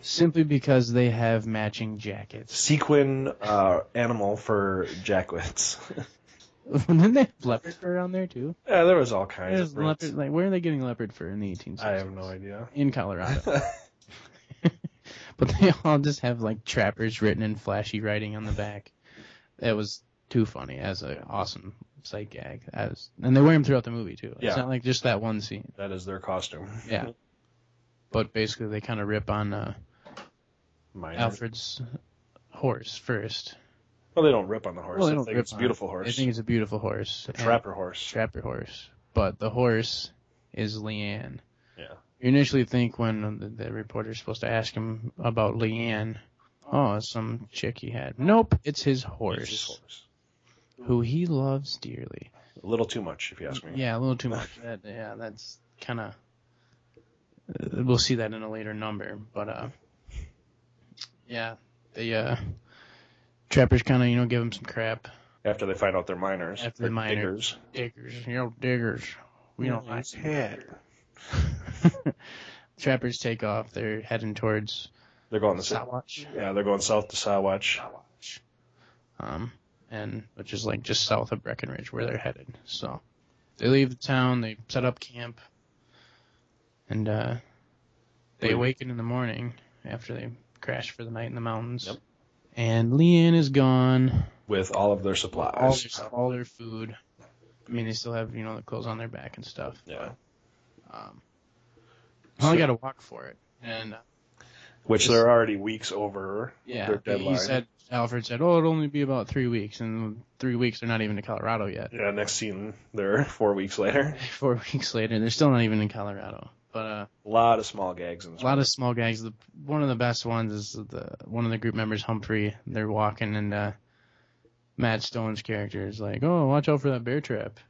Simply because they have matching jackets. Sequin uh, animal for jackets. Didn't they have leopard fur around there too? yeah, there was all kinds There's of leopards. leopard, like, where are they getting leopard fur in the 1860s? I have no idea. In Colorado. but they all just have like trappers written in flashy writing on the back. That was too funny as an awesome sight gag. That was, and they wear them throughout the movie too. Yeah. It's not like just that one scene. that is their costume. Yeah. But basically, they kind of rip on uh, Minor. Alfred's horse first. Well, they don't rip on the horse. Well, they they don't think rip it's a on beautiful They horse. think it's a beautiful horse. and Trapper horse. Trapper horse. But the horse is Leanne. Yeah. You initially think when the, the reporter's supposed to ask him about Leanne, oh, it's some chick he had. Nope, it's his horse, It's his horse. who he loves dearly. A little too much, if you ask me. Yeah, a little too much. That, yeah, that's kind of. We'll see that in a later number, but uh, yeah, the uh, trappers kind of you know give him some crap. After they find out they're miners. After the They're miner. diggers. Diggers, you know, diggers. We don't like His head. trappers. Take off. They're heading towards They're going to Sawatch. Yeah, they're going south to Sawatch. um, and which is like just south of Breckenridge where they're headed. So they leave the town, they set up camp, and uh, they Wait. awaken in the morning after they crash for the night in the mountains. Yep. And Leanne is gone. with all of their All their, supplies. all their food. I mean, they still have you know the clothes on their back and stuff. Yeah. Um, I only got to walk for it, and uh, Which Just- they're already weeks over yeah, their deadline. he said Alfred said, "Oh, it'll only be about three weeks," and three weeks they're not even to Colorado yet. yeah, next scene, they're four weeks later. four weeks later, they're still not even in Colorado. But uh, A lot of small gags in this a lot movie. of small gags. The, one of the best ones is the one of the group members, Humphrey. They're walking, and uh, Matt Stone's character is like, "Oh, watch out for that bear trap,"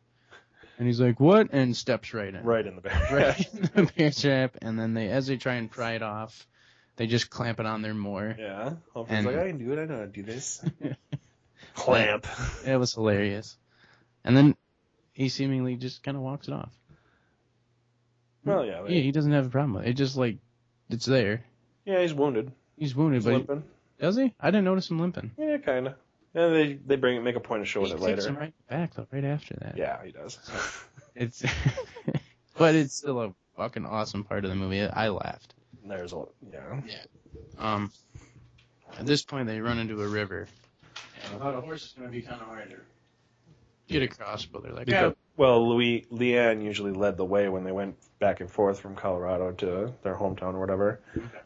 and he's like, "What?" and steps right in, right in the back. right in the bear trap. And then they, as they try and pry it off, they just clamp it on there more. Yeah. Humphrey's And- like, I can do it. I know how to do this. Clamp. It was hilarious. And then he seemingly just kind of walks it off. Well, Oh, yeah. Yeah, he doesn't have a problem with it. It just like it's there. yeah, he's wounded. He's wounded, He's but he- limping. Does he? I didn't notice him limping. Yeah, kind of. And they they bring make a point of showing he it kicks later. him right back though, right after that. Yeah, he does. It's, but it's still a fucking awesome part of the movie. I laughed. There's a yeah. Um, at this point, they run into a river. And without a horse, it's gonna be kind of harder. Get across, but they're like, Because- Well, Louis Leanne usually led the way when they went back and forth from Colorado to their hometown or whatever.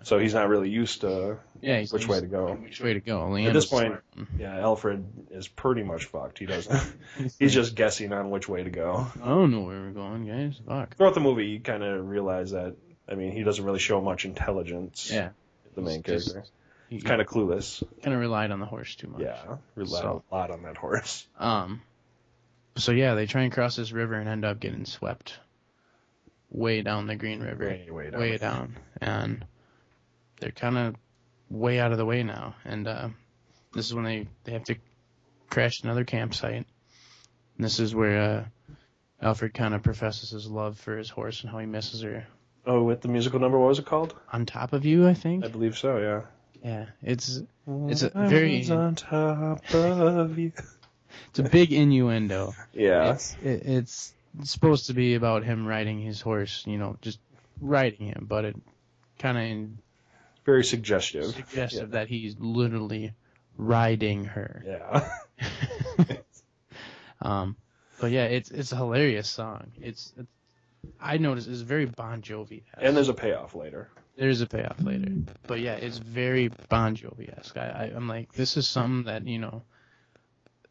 So he's not really used to. yeah, he's- Which way to go. Which way to go? Leanne At this was point- Yeah, Alfred is pretty much fucked. He doesn't. smart. he's just guessing on which way to go. I don't know where we're going, guys. Fuck. Throughout the movie, you kind of realize that. I mean, he doesn't really show much intelligence. Yeah, the main He's character. he He's kind of clueless. kind of relied on the horse too much. Yeah, relied So- a lot on that horse. Um. So yeah, they try and cross this river and end up getting swept way down the Green River. Way, way down. way down, and they're kind of way out of the way now. And uh, this is when they they have to crash another campsite. And this is where uh, Alfred kind of professes his love for his horse and how he misses her. Oh, with the musical number, what was it called? On top of you, I think. I believe so. Yeah. Yeah, it's It's a very- I was on top of you. it's a big innuendo. Yeah. It's, it, it's supposed to be about him riding his horse, you know, just riding him, but it kind very of suggestive. suggests that he's literally riding her. Yeah. um, but yeah, it's it's a hilarious song. It's, it's I noticed it's very Bon Jovi. And there's a payoff later. there's a payoff later, but yeah, it's very Bon Jovi esque. I, I I'm like this is something that you know,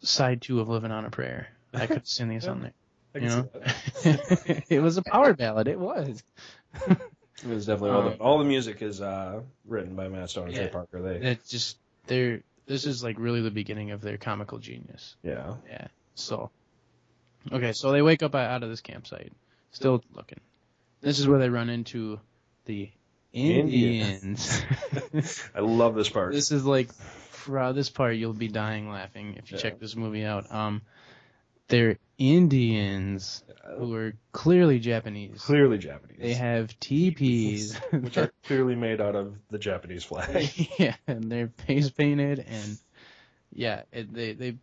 side two of Living on a Prayer. I could sing these on there. I You can know, see that. it was a power ballad. It was. It was definitely all, the, Um, all the music is uh, written by Matt Stone and Trey Yeah. Parker. They It just they're this is like really the beginning of their comical genius. yeah. Yeah. So, okay, so they wake up out of this campsite, still looking. This is where they run into the Indians. Indians. I love this part. this is like, throughout this part, you'll be dying laughing if you Yeah. check this movie out. Um, they're Indians who are clearly Japanese. clearly Japanese, They have teepees. which are clearly made out of the Japanese flag. yeah, and their face painted, and yeah, it, they they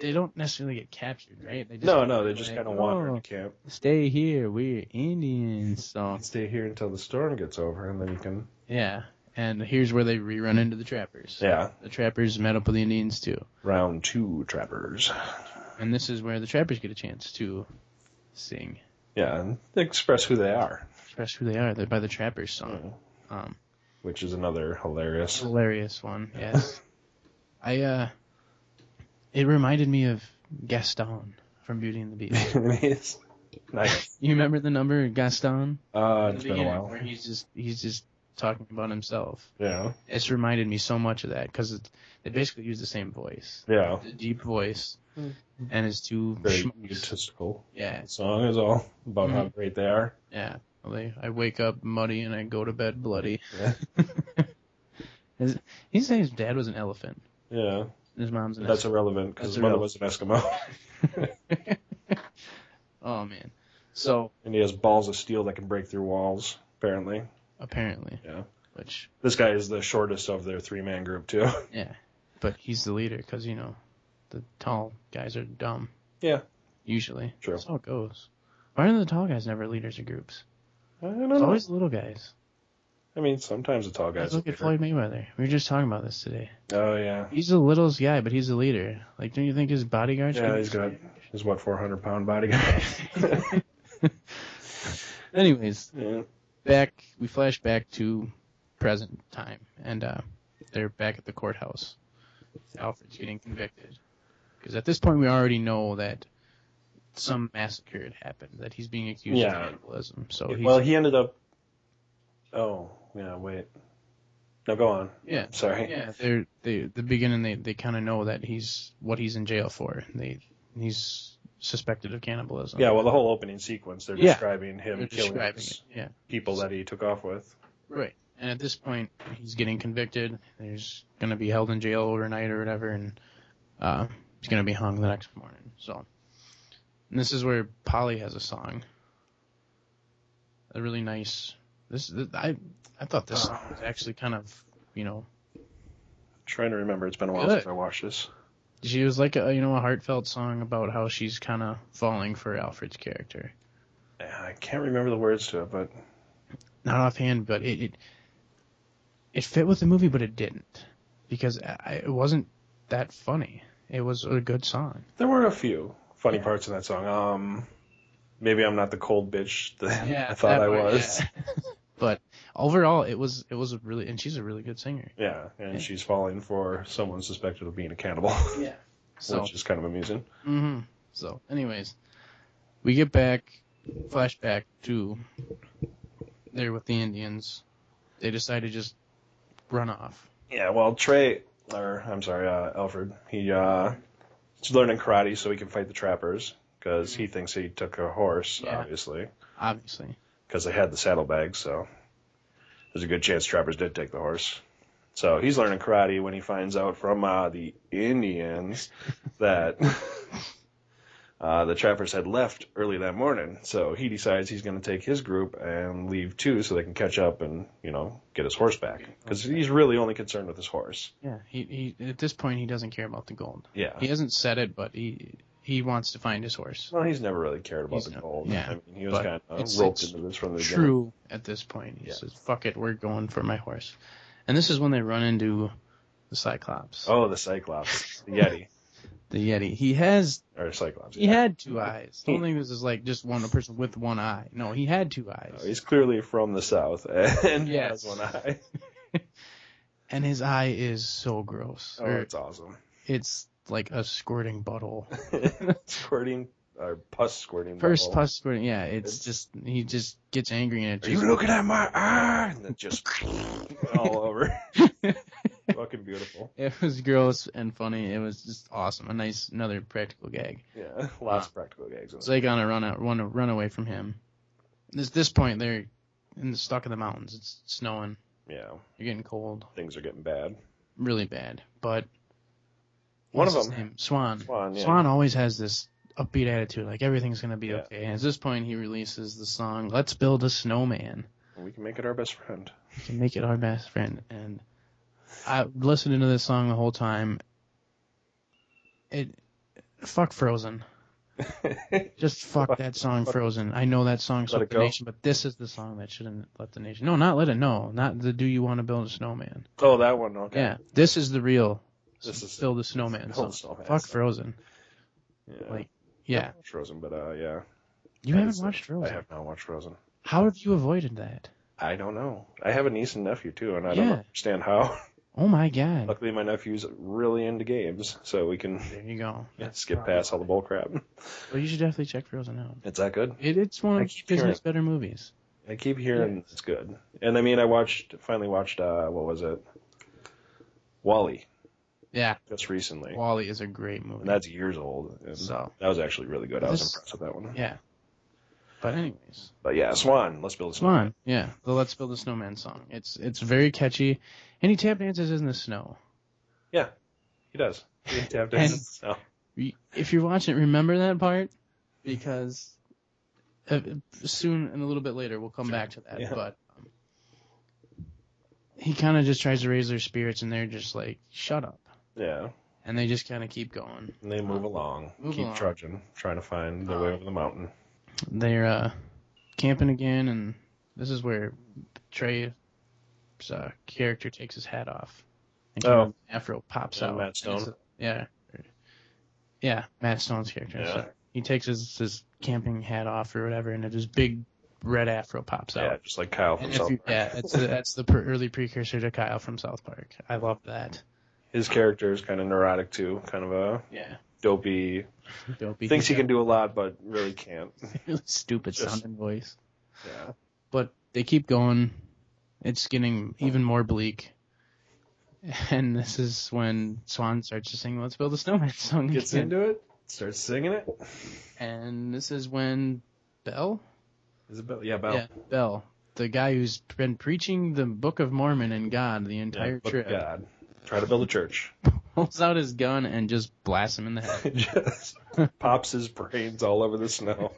they don't necessarily get captured, right? They no, no, they just like, kind of wander "Oh, into camp. Stay here, we're Indians. So Stay here until the storm gets over, and then you can. yeah, and here's where they rerun into the trappers. Yeah, The trappers met up with the Indians too, round two trappers. and this is where the trappers get a chance to sing, Yeah, and they express who they are, express who they are. They're by the trappers song. Um, which is another hilarious. hilarious one. Yes, I uh, it reminded me of Gaston from Beauty and the Beast. It's nice. You remember the number Gaston? Uh, At it's the been a beginning, while. Where he's just he's just talking about himself. Yeah, It's reminded me so much of that because they basically use the same voice, yeah. the deep voice, and his two Very schmucks. egotistical. yeah song is all about how great they are. yeah. Well, they, I wake up muddy and I go to bed bloody. Yeah. his, he said his dad was an elephant. Yeah, His mom's an. that's irrelevant because That's his mother irrelevant. was an Eskimo, oh man. So and he has balls of steel that can break through walls. Apparently, apparently, Yeah. Which this guy is the shortest of their three-man group too. yeah, but he's the leader because you know the tall guys are dumb. Yeah. Usually. True. That's how it goes. Why are the tall guys never leaders of groups? I don't It's know. always the little guys. I mean, sometimes the tall guys. Look at Floyd Mayweather. We were just talking about this today. Oh yeah, He's the littlest guy, but he's the leader. Like, don't you think his bodyguards? yeah. could- He's got his what 400 pound body guy. Anyways, yeah. back we flash back to present time, and uh, they're back at the courthouse. Alfred's getting convicted because at this point we already know that some massacre had happened. That he's being accused Yeah. of cannibalism. So he's, Well, he ended up. Oh yeah, wait. No, go on. yeah. Sorry. Yeah, they're they the beginning they they kind of know that he's what he's in jail for. They he's suspected of cannibalism. Yeah, well, the whole opening sequence, they're Yeah. describing him they're killing describing his it. Yeah, people that he took off with. right. And at this point, he's getting convicted. He's gonna be held in jail overnight or whatever, and uh, he's gonna be hung the next morning. So, and this is where Polly has a song. A really Uh-huh. nice. This I I thought this song was actually kind of you know trying to remember. It's been a while Good. since I watched this. She was like a you know a heartfelt song about how she's kind of falling for Alfred's character. Yeah, I can't remember the words to it, but Not offhand, but it it, it fit with the movie, but it didn't because I, it wasn't that funny. It was a good song. there were a few funny parts in that song. Um, maybe I'm not the cold bitch that I thought I was. but overall, it was it was a really and she's a really good singer. Yeah, and she's falling for someone suspected of being a cannibal, Yeah. So which is kind of amusing. hmm So, anyways, we get back, flashback to they're with the Indians. They decide to just run off. Yeah, well, Trey, or I'm sorry, uh, Alfred, he uh, he's learning karate so he can fight the trappers because he thinks he took a horse, Yeah. obviously, Obviously, because they had the saddlebags. So there's a good chance trappers did take the horse. So he's learning karate when he finds out from uh, the Indians that uh, the trappers had left early that morning. So he decides he's going to take his group and leave too, so they can catch up and you know get his horse back because he's really only concerned with his horse. yeah. He, he at this point he doesn't care about the gold. Yeah. He hasn't said it, but he he wants to find his horse. Well, he's never really cared about He's the not- gold. yeah, I mean, he was but kind of it's- roped it's into this from the beginning. True. At this point, he Yeah. says, "Fuck it, we're going for my horse." And this is when they run into the Cyclops, Oh, the Cyclops, the Yeti, the Yeti. He has or Cyclops. he had two eyes. Hmm. I don't think this is like just one a person with one eye. No, he had two eyes. Oh, He's clearly from the south and Yes. has one eye. And his eye is so gross. Oh, Or it's awesome. it's like a squirting butthole. squirting or pus squirting. First bubble. pus squirting, yeah, it's It's- just he just gets angry and it Are you just looking at my eye? And then just all over. Fucking beautiful. it was gross and funny. It was just awesome. A nice another practical gag. Yeah, lots of practical gags. In So they gotta run out run run away from him. At this point they're in the stuck in the mountains. It's snowing. it. Yeah, You're getting cold. things are getting bad. Really bad. But One of what's his them. name? Swan. Swan, yeah. Swan always has this upbeat attitude, like everything's gonna be Yeah. okay. And at this point he releases the song Let's Build a Snowman. We can make it our best friend. can make it our best friend. And I listening to this song the whole time. It fuck Frozen. Just fuck that song Frozen. I know that song Let so It the Go? nation, but this is the song that shouldn't let the nation. No, not let it know. Not the Do You Want to Build a Snowman? Oh, that one. Okay. Yeah, this is the real. This is- build a snowman. Build a Song. Snowman fuck song. Frozen. Yeah. Like, Yeah, Frozen, but uh, yeah. you That haven't is- watched Frozen. I have not watched Frozen. How have you avoided that? I don't know. I have a niece and nephew too, and I don't Yeah. understand how. Oh my god! Luckily, my nephew's really into games, so we can There you go. skip past all the bull crap. Well, you should definitely check Frozen out. It's that good. It, it's one I of keep hearing Disney's better movies. I keep hearing it's good, and I mean, I watched finally watched uh, what was it, Wally, Yeah, just recently, Wally is a great movie. and that's years old. And So. that was actually really good. I was This- impressed with that one. yeah. But anyways, But yeah, Swan, let's build a come on. Yeah, the Let's Build a Snowman song. It's it's very catchy, and he tap dances in the snow. He does. He tap And- dances. No. Re- If you're watching, it, remember that part because uh, soon and a little bit later we'll come back to that. Yeah. But um, he kind of just tries to raise their spirits, and they're just like, "Shut up," Yeah, and they just kind of keep going. and they move along, Move keep along. trudging, trying to find their way over the mountain. they're uh, camping again, and this is where Trey's uh, character takes his hat off. And Oh. kind of Afro pops Yeah, out. Matt and Stone. it's a- yeah. Yeah, Matt Stone's character. Yeah. sorry. He takes his, his camping hat off or whatever, and it- his big red afro pops Yeah, out. just like Kyle from And if South you, Park. yeah, it's the, that's the per- early precursor to Kyle from South Park. I love that. His character is kind of neurotic too, kind of a Yeah. dopey. Dopey. Thinks he He's can do a lot, but really can't. got a Really stupid Just- sounding voice. Yeah. but they keep going. It's getting even more bleak. And this is when Swan starts to sing "Let's Build a Snowman" song Gets again. into it, starts singing it. And this is when Bell, Is it Bell? Yeah, Bell. yeah, Bell, the guy who's been preaching the Book of Mormon and God the Yeah, entire but trip, God. Try to build a church. pulls out his gun and just blasts him in the head. just pops his brains all over the snow.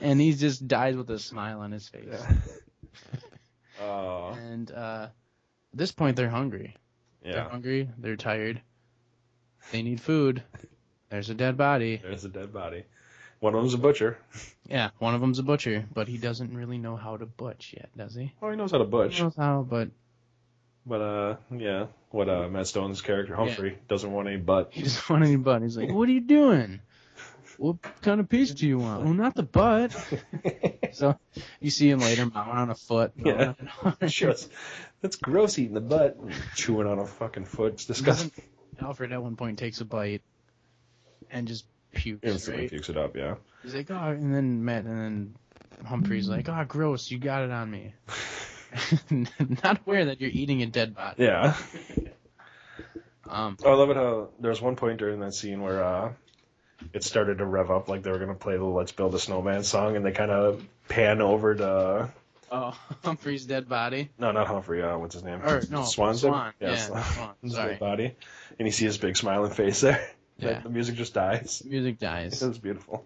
And he just dies with a smile on his face. Yeah. Oh. And uh, at this point, they're hungry. They're Yeah. hungry. They're tired. They need food. There's a dead body. There's a dead body. One of them's a butcher. Yeah, one of them's a butcher, but he doesn't really know how to butch yet, does he? Well, he knows how to butch, He knows how, but but uh, yeah, what uh, Matt Stone's character Humphrey doesn't want any butt. he doesn't want any butt. He's like, "What are you doing? What kind of piece do you want? Well, not the butt." So you see him later mowing on a foot. Yeah. sure, that's, that's gross eating the butt, chewing on a fucking foot. It's disgusting. Alfred at one point takes a bite and just pukes. Instantly Right? pukes it up. Yeah. He's like, "Oh," and then Matt and then Humphrey's like, "Oh, gross! You got it on me." not aware that you're eating a dead body. Yeah. Um, I love it how there's one point during that scene where uh, it started to rev up like they were gonna play the "Let's Build a Snowman" song, and they kind of pan over to Oh, Humphrey's dead body. no, not Humphrey. Uh, what's his name? Or no, Swanson. Swan. Yeah, Swan. His Sorry, dead body, and you see his big smiling face there. Yeah. the music just dies. music dies. It was beautiful.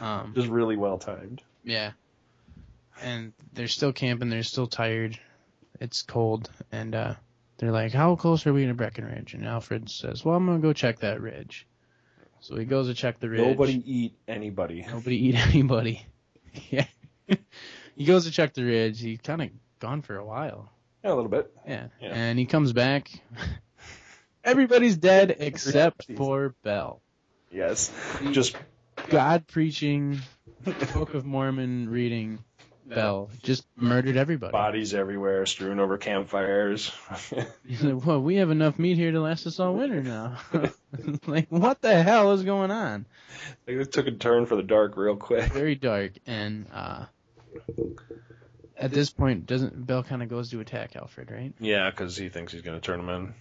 Um, Just really well timed. yeah, and they're still camping. They're still tired. It's cold, and uh, they're like, "How close are we to Breckenridge?" And Alfred says, "Well, I'm gonna go check that ridge." So he goes to check the ridge. Nobody eat anybody. Nobody eat anybody. yeah. he goes to check the ridge. He's kind of gone for a while. Yeah, a little bit. Yeah. Yeah. And he comes back. Everybody's dead except Everybody's- for Bell. Yes. Just God preaching, Book of Mormon reading, Bell just murdered everybody. bodies everywhere, strewn over campfires. He's like, well, we have enough meat here to last us all winter now. like, what the hell is going on? it took a turn for the dark real quick. Very dark, and uh, at this point, doesn't Bell kind of goes to attack Alfred, right? Yeah, because he thinks he's going to turn him in.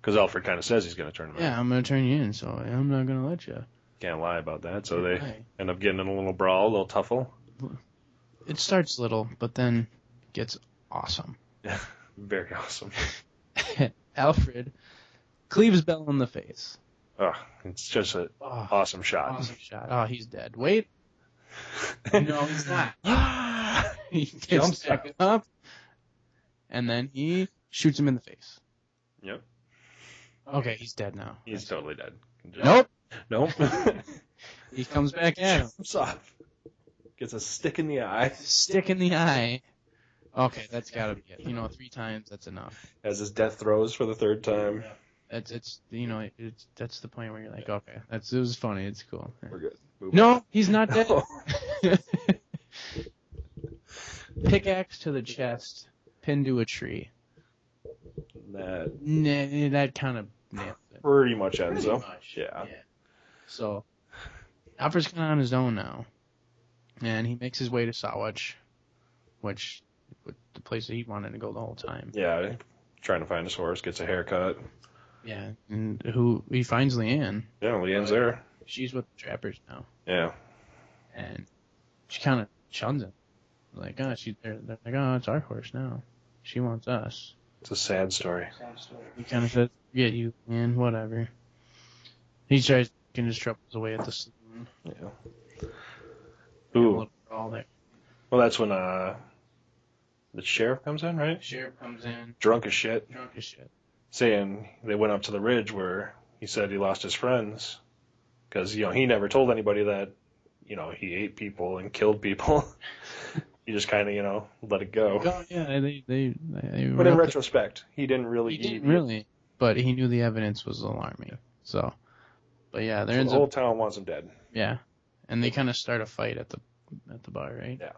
Because Alfred kind of says he's going to turn him in. Yeah, I'm gonna turn you in, so I'm not gonna let you. Can't lie about that. So they Right. end up getting in a little brawl, a little tuffle. It starts little, but then gets awesome. Very awesome. Alfred cleaves Bell in the face. Oh, it's just an Oh, awesome shot. awesome shot. Oh, he's dead. Wait, he's not. yeah, he gets Jumps back up, and then he shoots him in the face. Yep. Okay, he's dead now. he's totally dead. Nope. Nope. He comes back at him. Jumps off. Gets a stick in the eye. Stick in the eye. Okay, that's gotta be it. You know, three times, that's enough. As his death throes for the third time. That's it's you know it's that's the point where you're like okay that's it was funny it's cool. We're good. Move No, he's not dead. on. Pickaxe to the chest, pinned to a tree. that Nah, that kind of nails it. pretty much ends Pretty him. much, Yeah. So Alfred's kind of on his own now, and he makes his way to Sawatch, which was the place that he wanted to go the whole time. Yeah. Trying to find his horse, gets a haircut. Yeah, and who he finds Leanne. Yeah, Leanne's there. She's with the trappers now. Yeah. and she kind of shuns him. Like, oh, she, they're, they're like, oh, it's our horse now. She wants us. It's a sad story. He kind of says, "Get you, man, whatever." He tries getting his troubles away at the saloon. Yeah. Have a Ooh. little brawl there. Well, that's when uh, the sheriff comes in, right? Sheriff comes in, Drunk as shit, drunk as shit. saying they went up to the ridge where he said he lost his friends, because you know he never told anybody that, you know, he ate people and killed people. he just kind of you know let it go. Oh yeah, they they. they were But in up retrospect, he didn't there. really he eat. didn't really, but he knew the evidence was alarming. So, but yeah, there So the ends whole up town wants him dead. yeah, and they kind of start a fight at the at the bar, right? Yeah.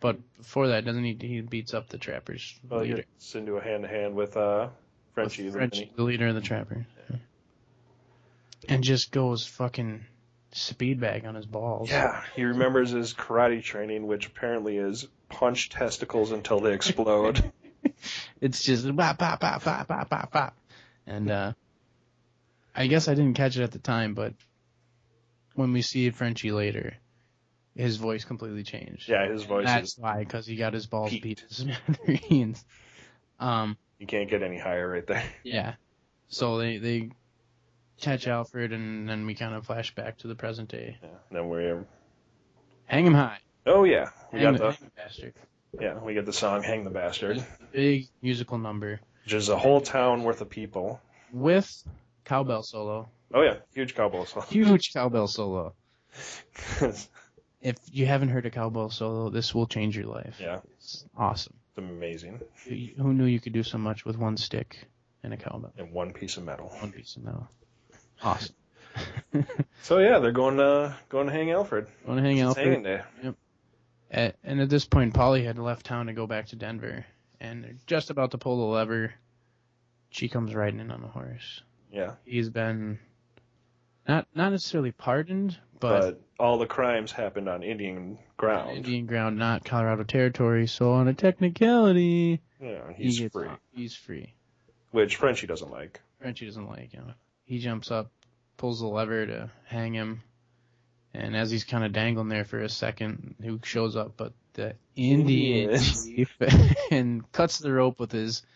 But before that, doesn't he? He beats up the trappers. Well, he leader. gets into a hand to hand with uh, Frenchie. With isn't Frenchie, he? the leader of the Trappers. And just goes fucking speed bag on his balls. Yeah, he remembers his karate training, which apparently is punch testicles until they explode. It's just bop, bop, bop, bop, bop, bop, bop. And uh, I guess I didn't catch it at the time, but when we see Frenchie later, his voice completely changed. yeah, his voice is That's why, because he got his balls Peaked. beat to smithereens. Um, You can't get any higher right there. Yeah. So they they catch Alfred, and then we kind of flash back to the present day. Yeah. Then we're Hang him high. oh yeah, we Hang got the, the hang the bastard. yeah we get the song "Hang the Bastard." Big musical number. which is a whole town worth of people. with cowbell solo. Oh yeah, huge cowboy song. Huge cowbell solo. If you haven't heard a cowbell solo, this will change your life. yeah, it's It's awesome. amazing. You- Who knew you could do so much with one stick and a cowbell? And one piece of metal. One piece of metal. Awesome. So yeah, they're going to going to hang Alfred. Want to hang It's out? for- hanging day. At, and at this point, Polly had left town to go back to Denver, and they're just about to pull the lever. She comes riding in on a horse. Yeah, He's been not not necessarily pardoned, but, but all the crimes happened on Indian ground. Indian ground, not Colorado territory. So on a technicality, Yeah, and he he's gets free, off. He's free. which Frenchie doesn't like. Frenchie doesn't like him. He jumps up, pulls the lever to hang him, and as he's kind of dangling there for a second, who shows up but the Indian Yes. chief and cuts the rope with his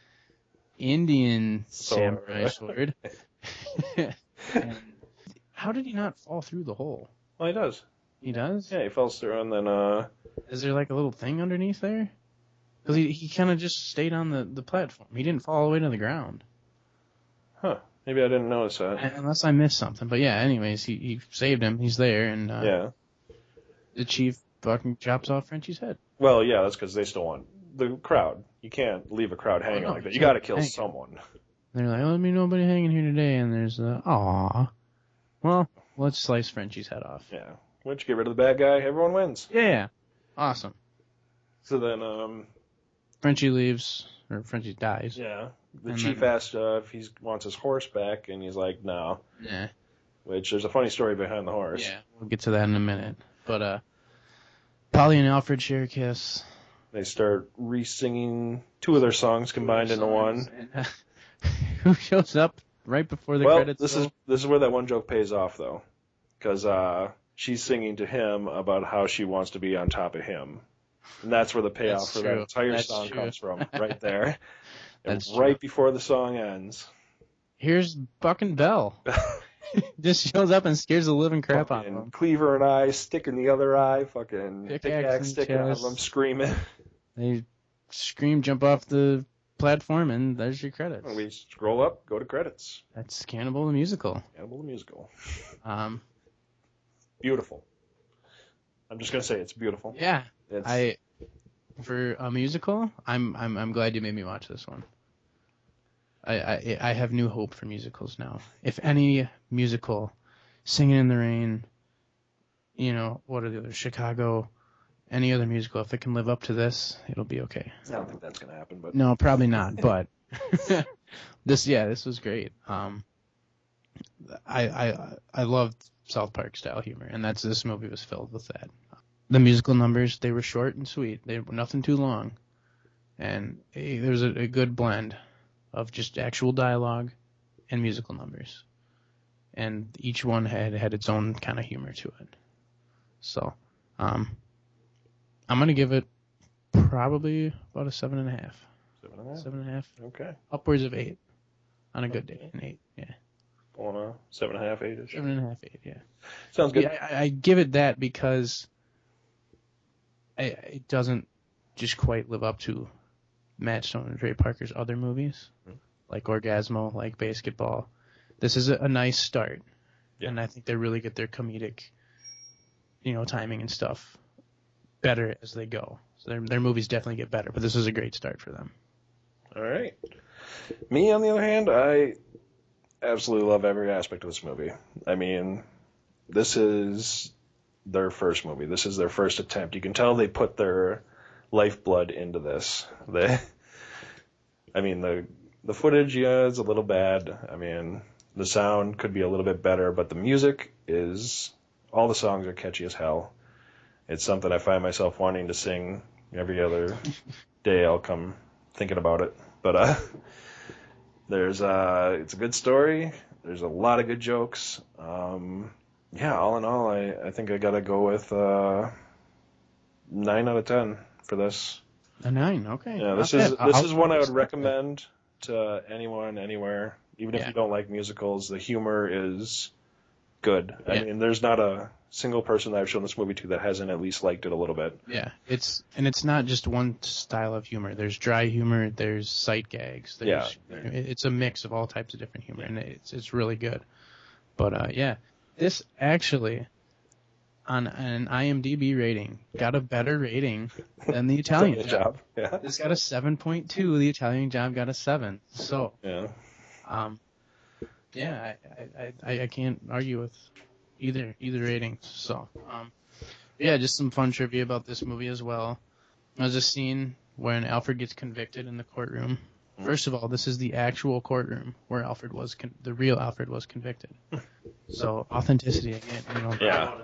Indian Sword. samurai sword. and how did he not fall through the hole? Well, he does. He does? Yeah, he falls through, and then uh, Is there like a little thing underneath there? Because he, he kind of just stayed on the, the platform. He didn't fall all the way to the ground. maybe I didn't notice that. Unless I missed something. But yeah, anyways, he, he saved him. He's there, and uh, yeah. the chief fucking chops off Frenchie's head. Well, yeah, that's because they still want the crowd. You can't leave a crowd hanging no, like that. you You got to can't kill hang. someone. And they're like, let me nobody hanging here today. And there's the, aw. Well, let's slice Frenchie's head off. Yeah. Which get rid of the bad guy, everyone wins. Yeah. Awesome. So then, um, Frenchie leaves, or Frenchie dies. yeah, the And chief then- asked uh, if he wants his horse back, and he's like, no. Yeah. Which there's a funny story behind the horse. Yeah. We'll get to that in a minute. But, uh, Polly and Alfred share a kiss. They start re-singing two of their songs combined into one. Who shows up right before the well, credits? this roll? is this is where that one joke pays off though, because uh, she's singing to him about how she wants to be on top of him, and that's where the payoff That's for that true. entire That's song true. comes from, right there, and That's right before the song ends. Here's fucking Bell. Just shows up and scares the living crap out of fucking him. Cleaver and I stick in the other eye, Pickaxe in fucking the pickaxe sticking out of chest. them, screaming. They scream, jump off the platform, and there's your credits. And Oh, we scroll up, go to credits. That's Cannibal the Musical. Animal the musical, Um, beautiful. I'm just gonna say it's beautiful. yeah, It's, I for a musical, I'm I'm I'm glad you made me watch this one. I I, I have new hope for musicals now. If any musical, Singing in the Rain, you know what are the other Chicago, any other musical, if it can live up to this, it'll be okay. I don't think that's gonna happen, but No, probably not. But this, yeah, this was great. Um, I I I loved South Park style humor, and that's this movie was filled with that. The musical numbers they were short and sweet. They were nothing too long, and eh, there was a, a good blend of just actual dialogue and musical numbers, and each one had had its own kind of humor to it. So, um, I'm gonna give it probably about a seven and a half Seven and a half. seven and a half, Okay. upwards of eight, on a good day, an eight, yeah, On a seven and a half, eight ish. seven and a half, eight, yeah. Sounds good. yeah I, I give it that because I, it doesn't just quite live up to Matt Stone and Trey Parker's other movies, Hmm. like Orgasmo, like Basketball. This is a, a nice start, Yeah. and I think they really get their comedic, you know, timing and stuff better as they go. So their their movies definitely get better, but this is a great start for them. All right. Me, on the other hand, I absolutely love every aspect of this movie. I mean, this is their first movie. This is their first attempt. You can tell they put their lifeblood into this. They, I mean, the the footage yeah, is a little bad. I mean, the sound could be a little bit better, but the music is all the songs are catchy as hell. It's something I find myself wanting to sing every other day. I'll come thinking about it. But uh, there's uh, it's a good story. There's a lot of good jokes. Um, yeah, all in all, I, I think I gotta go with uh, nine out of ten for this. A nine, okay. Yeah, this Not is bad. this I'll- is one I would I'll- recommend to anyone anywhere, even if Yeah. you don't like musicals. The humor is good. I Yeah. mean, there's not a single person that I've shown this movie to that hasn't at least liked it a little bit. Yeah, it's and it's not just one style of humor. There's dry humor. There's sight gags. There's, Yeah. it's a mix of all types of different humor, and it's it's really good. But uh, yeah, this actually on an IMDb rating got a better rating than the Italian Good job. job. Yeah. This got a 7.2. The Italian job got a seven. So Yeah. um, yeah, I, I, I, I can't argue with either either rating. So, um, yeah, just some fun trivia about this movie as well. There's a scene when Alfred gets convicted in the courtroom. First of all, this is the actual courtroom where Alfred was con- the real Alfred was convicted. So authenticity again, you know. Yeah.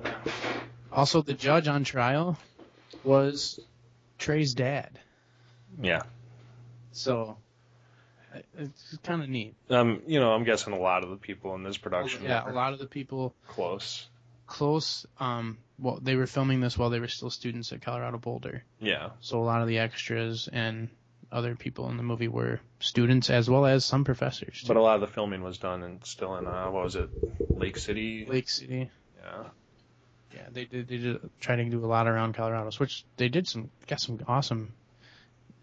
Also, the judge on trial was Trey's dad. Yeah. So it- it's kind of neat. Um, you know, I'm guessing a lot of the people in this production Yeah, a were lot of the people close. close. Um, well, they were filming this while they were still students at Colorado Boulder, Yeah. so a lot of the extras and other people in the movie were students as well as some professors. But a lot of the filming was done and still in uh, what was it, Lake City? Lake City, Yeah. yeah, they did. They did try to do a lot around Colorado, which they did some got some awesome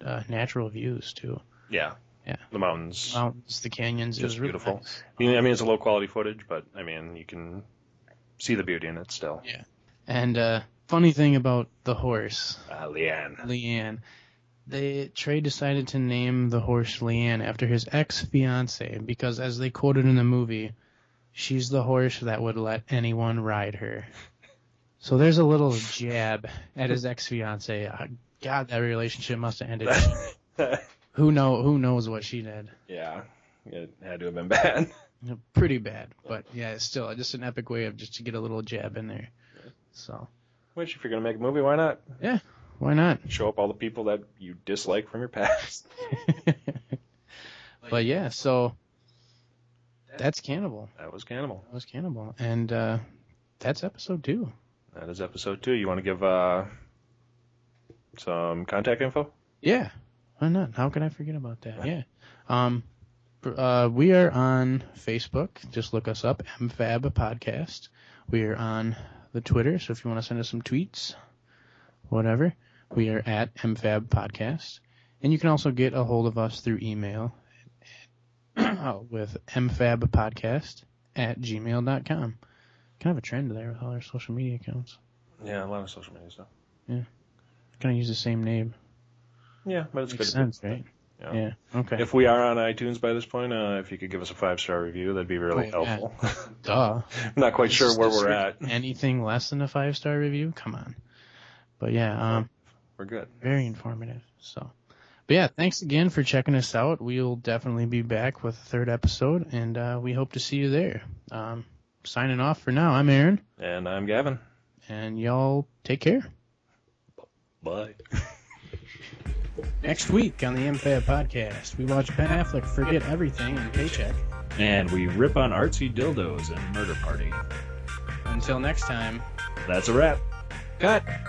uh, natural views too. Yeah. Yeah. The mountains. Mountains, the canyons, it Just was really beautiful. nice. I mean, I mean, it's a low quality footage, but I mean, you can see the beauty in it still. And uh, funny thing about the horse, Uh, Leanne. Leanne. They Trey decided to name the horse Leanne after his ex fiance because, as they quoted in the movie, she's the horse that would let anyone ride her. So there's a little jab at his ex fiance. God, that relationship must have ended. who know? Who knows what she did? yeah. It had to have been bad. Pretty bad, but yeah, it's still just an epic way of just to get a little jab in there. So Which, if you're gonna make a movie, why not why not? show up all the people that you dislike from your past? but yeah, so that's Cannibal. That was Cannibal. That was Cannibal, and uh, that's episode two. That is episode two. You want to give uh, some contact info? Yeah, why not? How could I forget about that? Yeah, um, pr- uh, we are on Facebook. Just look us up, MFAB Podcast. We are on the Twitter, so if you want to send us some tweets, whatever, we are at MFAB Podcast, and you can also get a hold of us through email uh, with mfabpodcast at gmail.com. Kind of a trend there with all our social media accounts. Yeah, a lot of social media stuff. Kind of use the same name. Yeah, but it's Makes good. sense, right? Yeah. Yeah. Okay. If we are on iTunes by this point, uh, if you could give us a five star review, that'd be really Oh, yeah. helpful. Duh. I'm not quite sure where we're at. Anything less than a five star review? Come on. But yeah, um, We're good. very informative. So, but yeah, thanks again for checking us out. We'll definitely be back with a third episode, and uh, we hope to see you there. Um, signing off for now. I'm Aaron, And I'm Gavin. and y'all take care. Bye. Next week on the MFAB podcast, we watch Ben Affleck forget everything and paycheck. And we rip on artsy dildos and murder party. Until next time, That's a wrap. cut.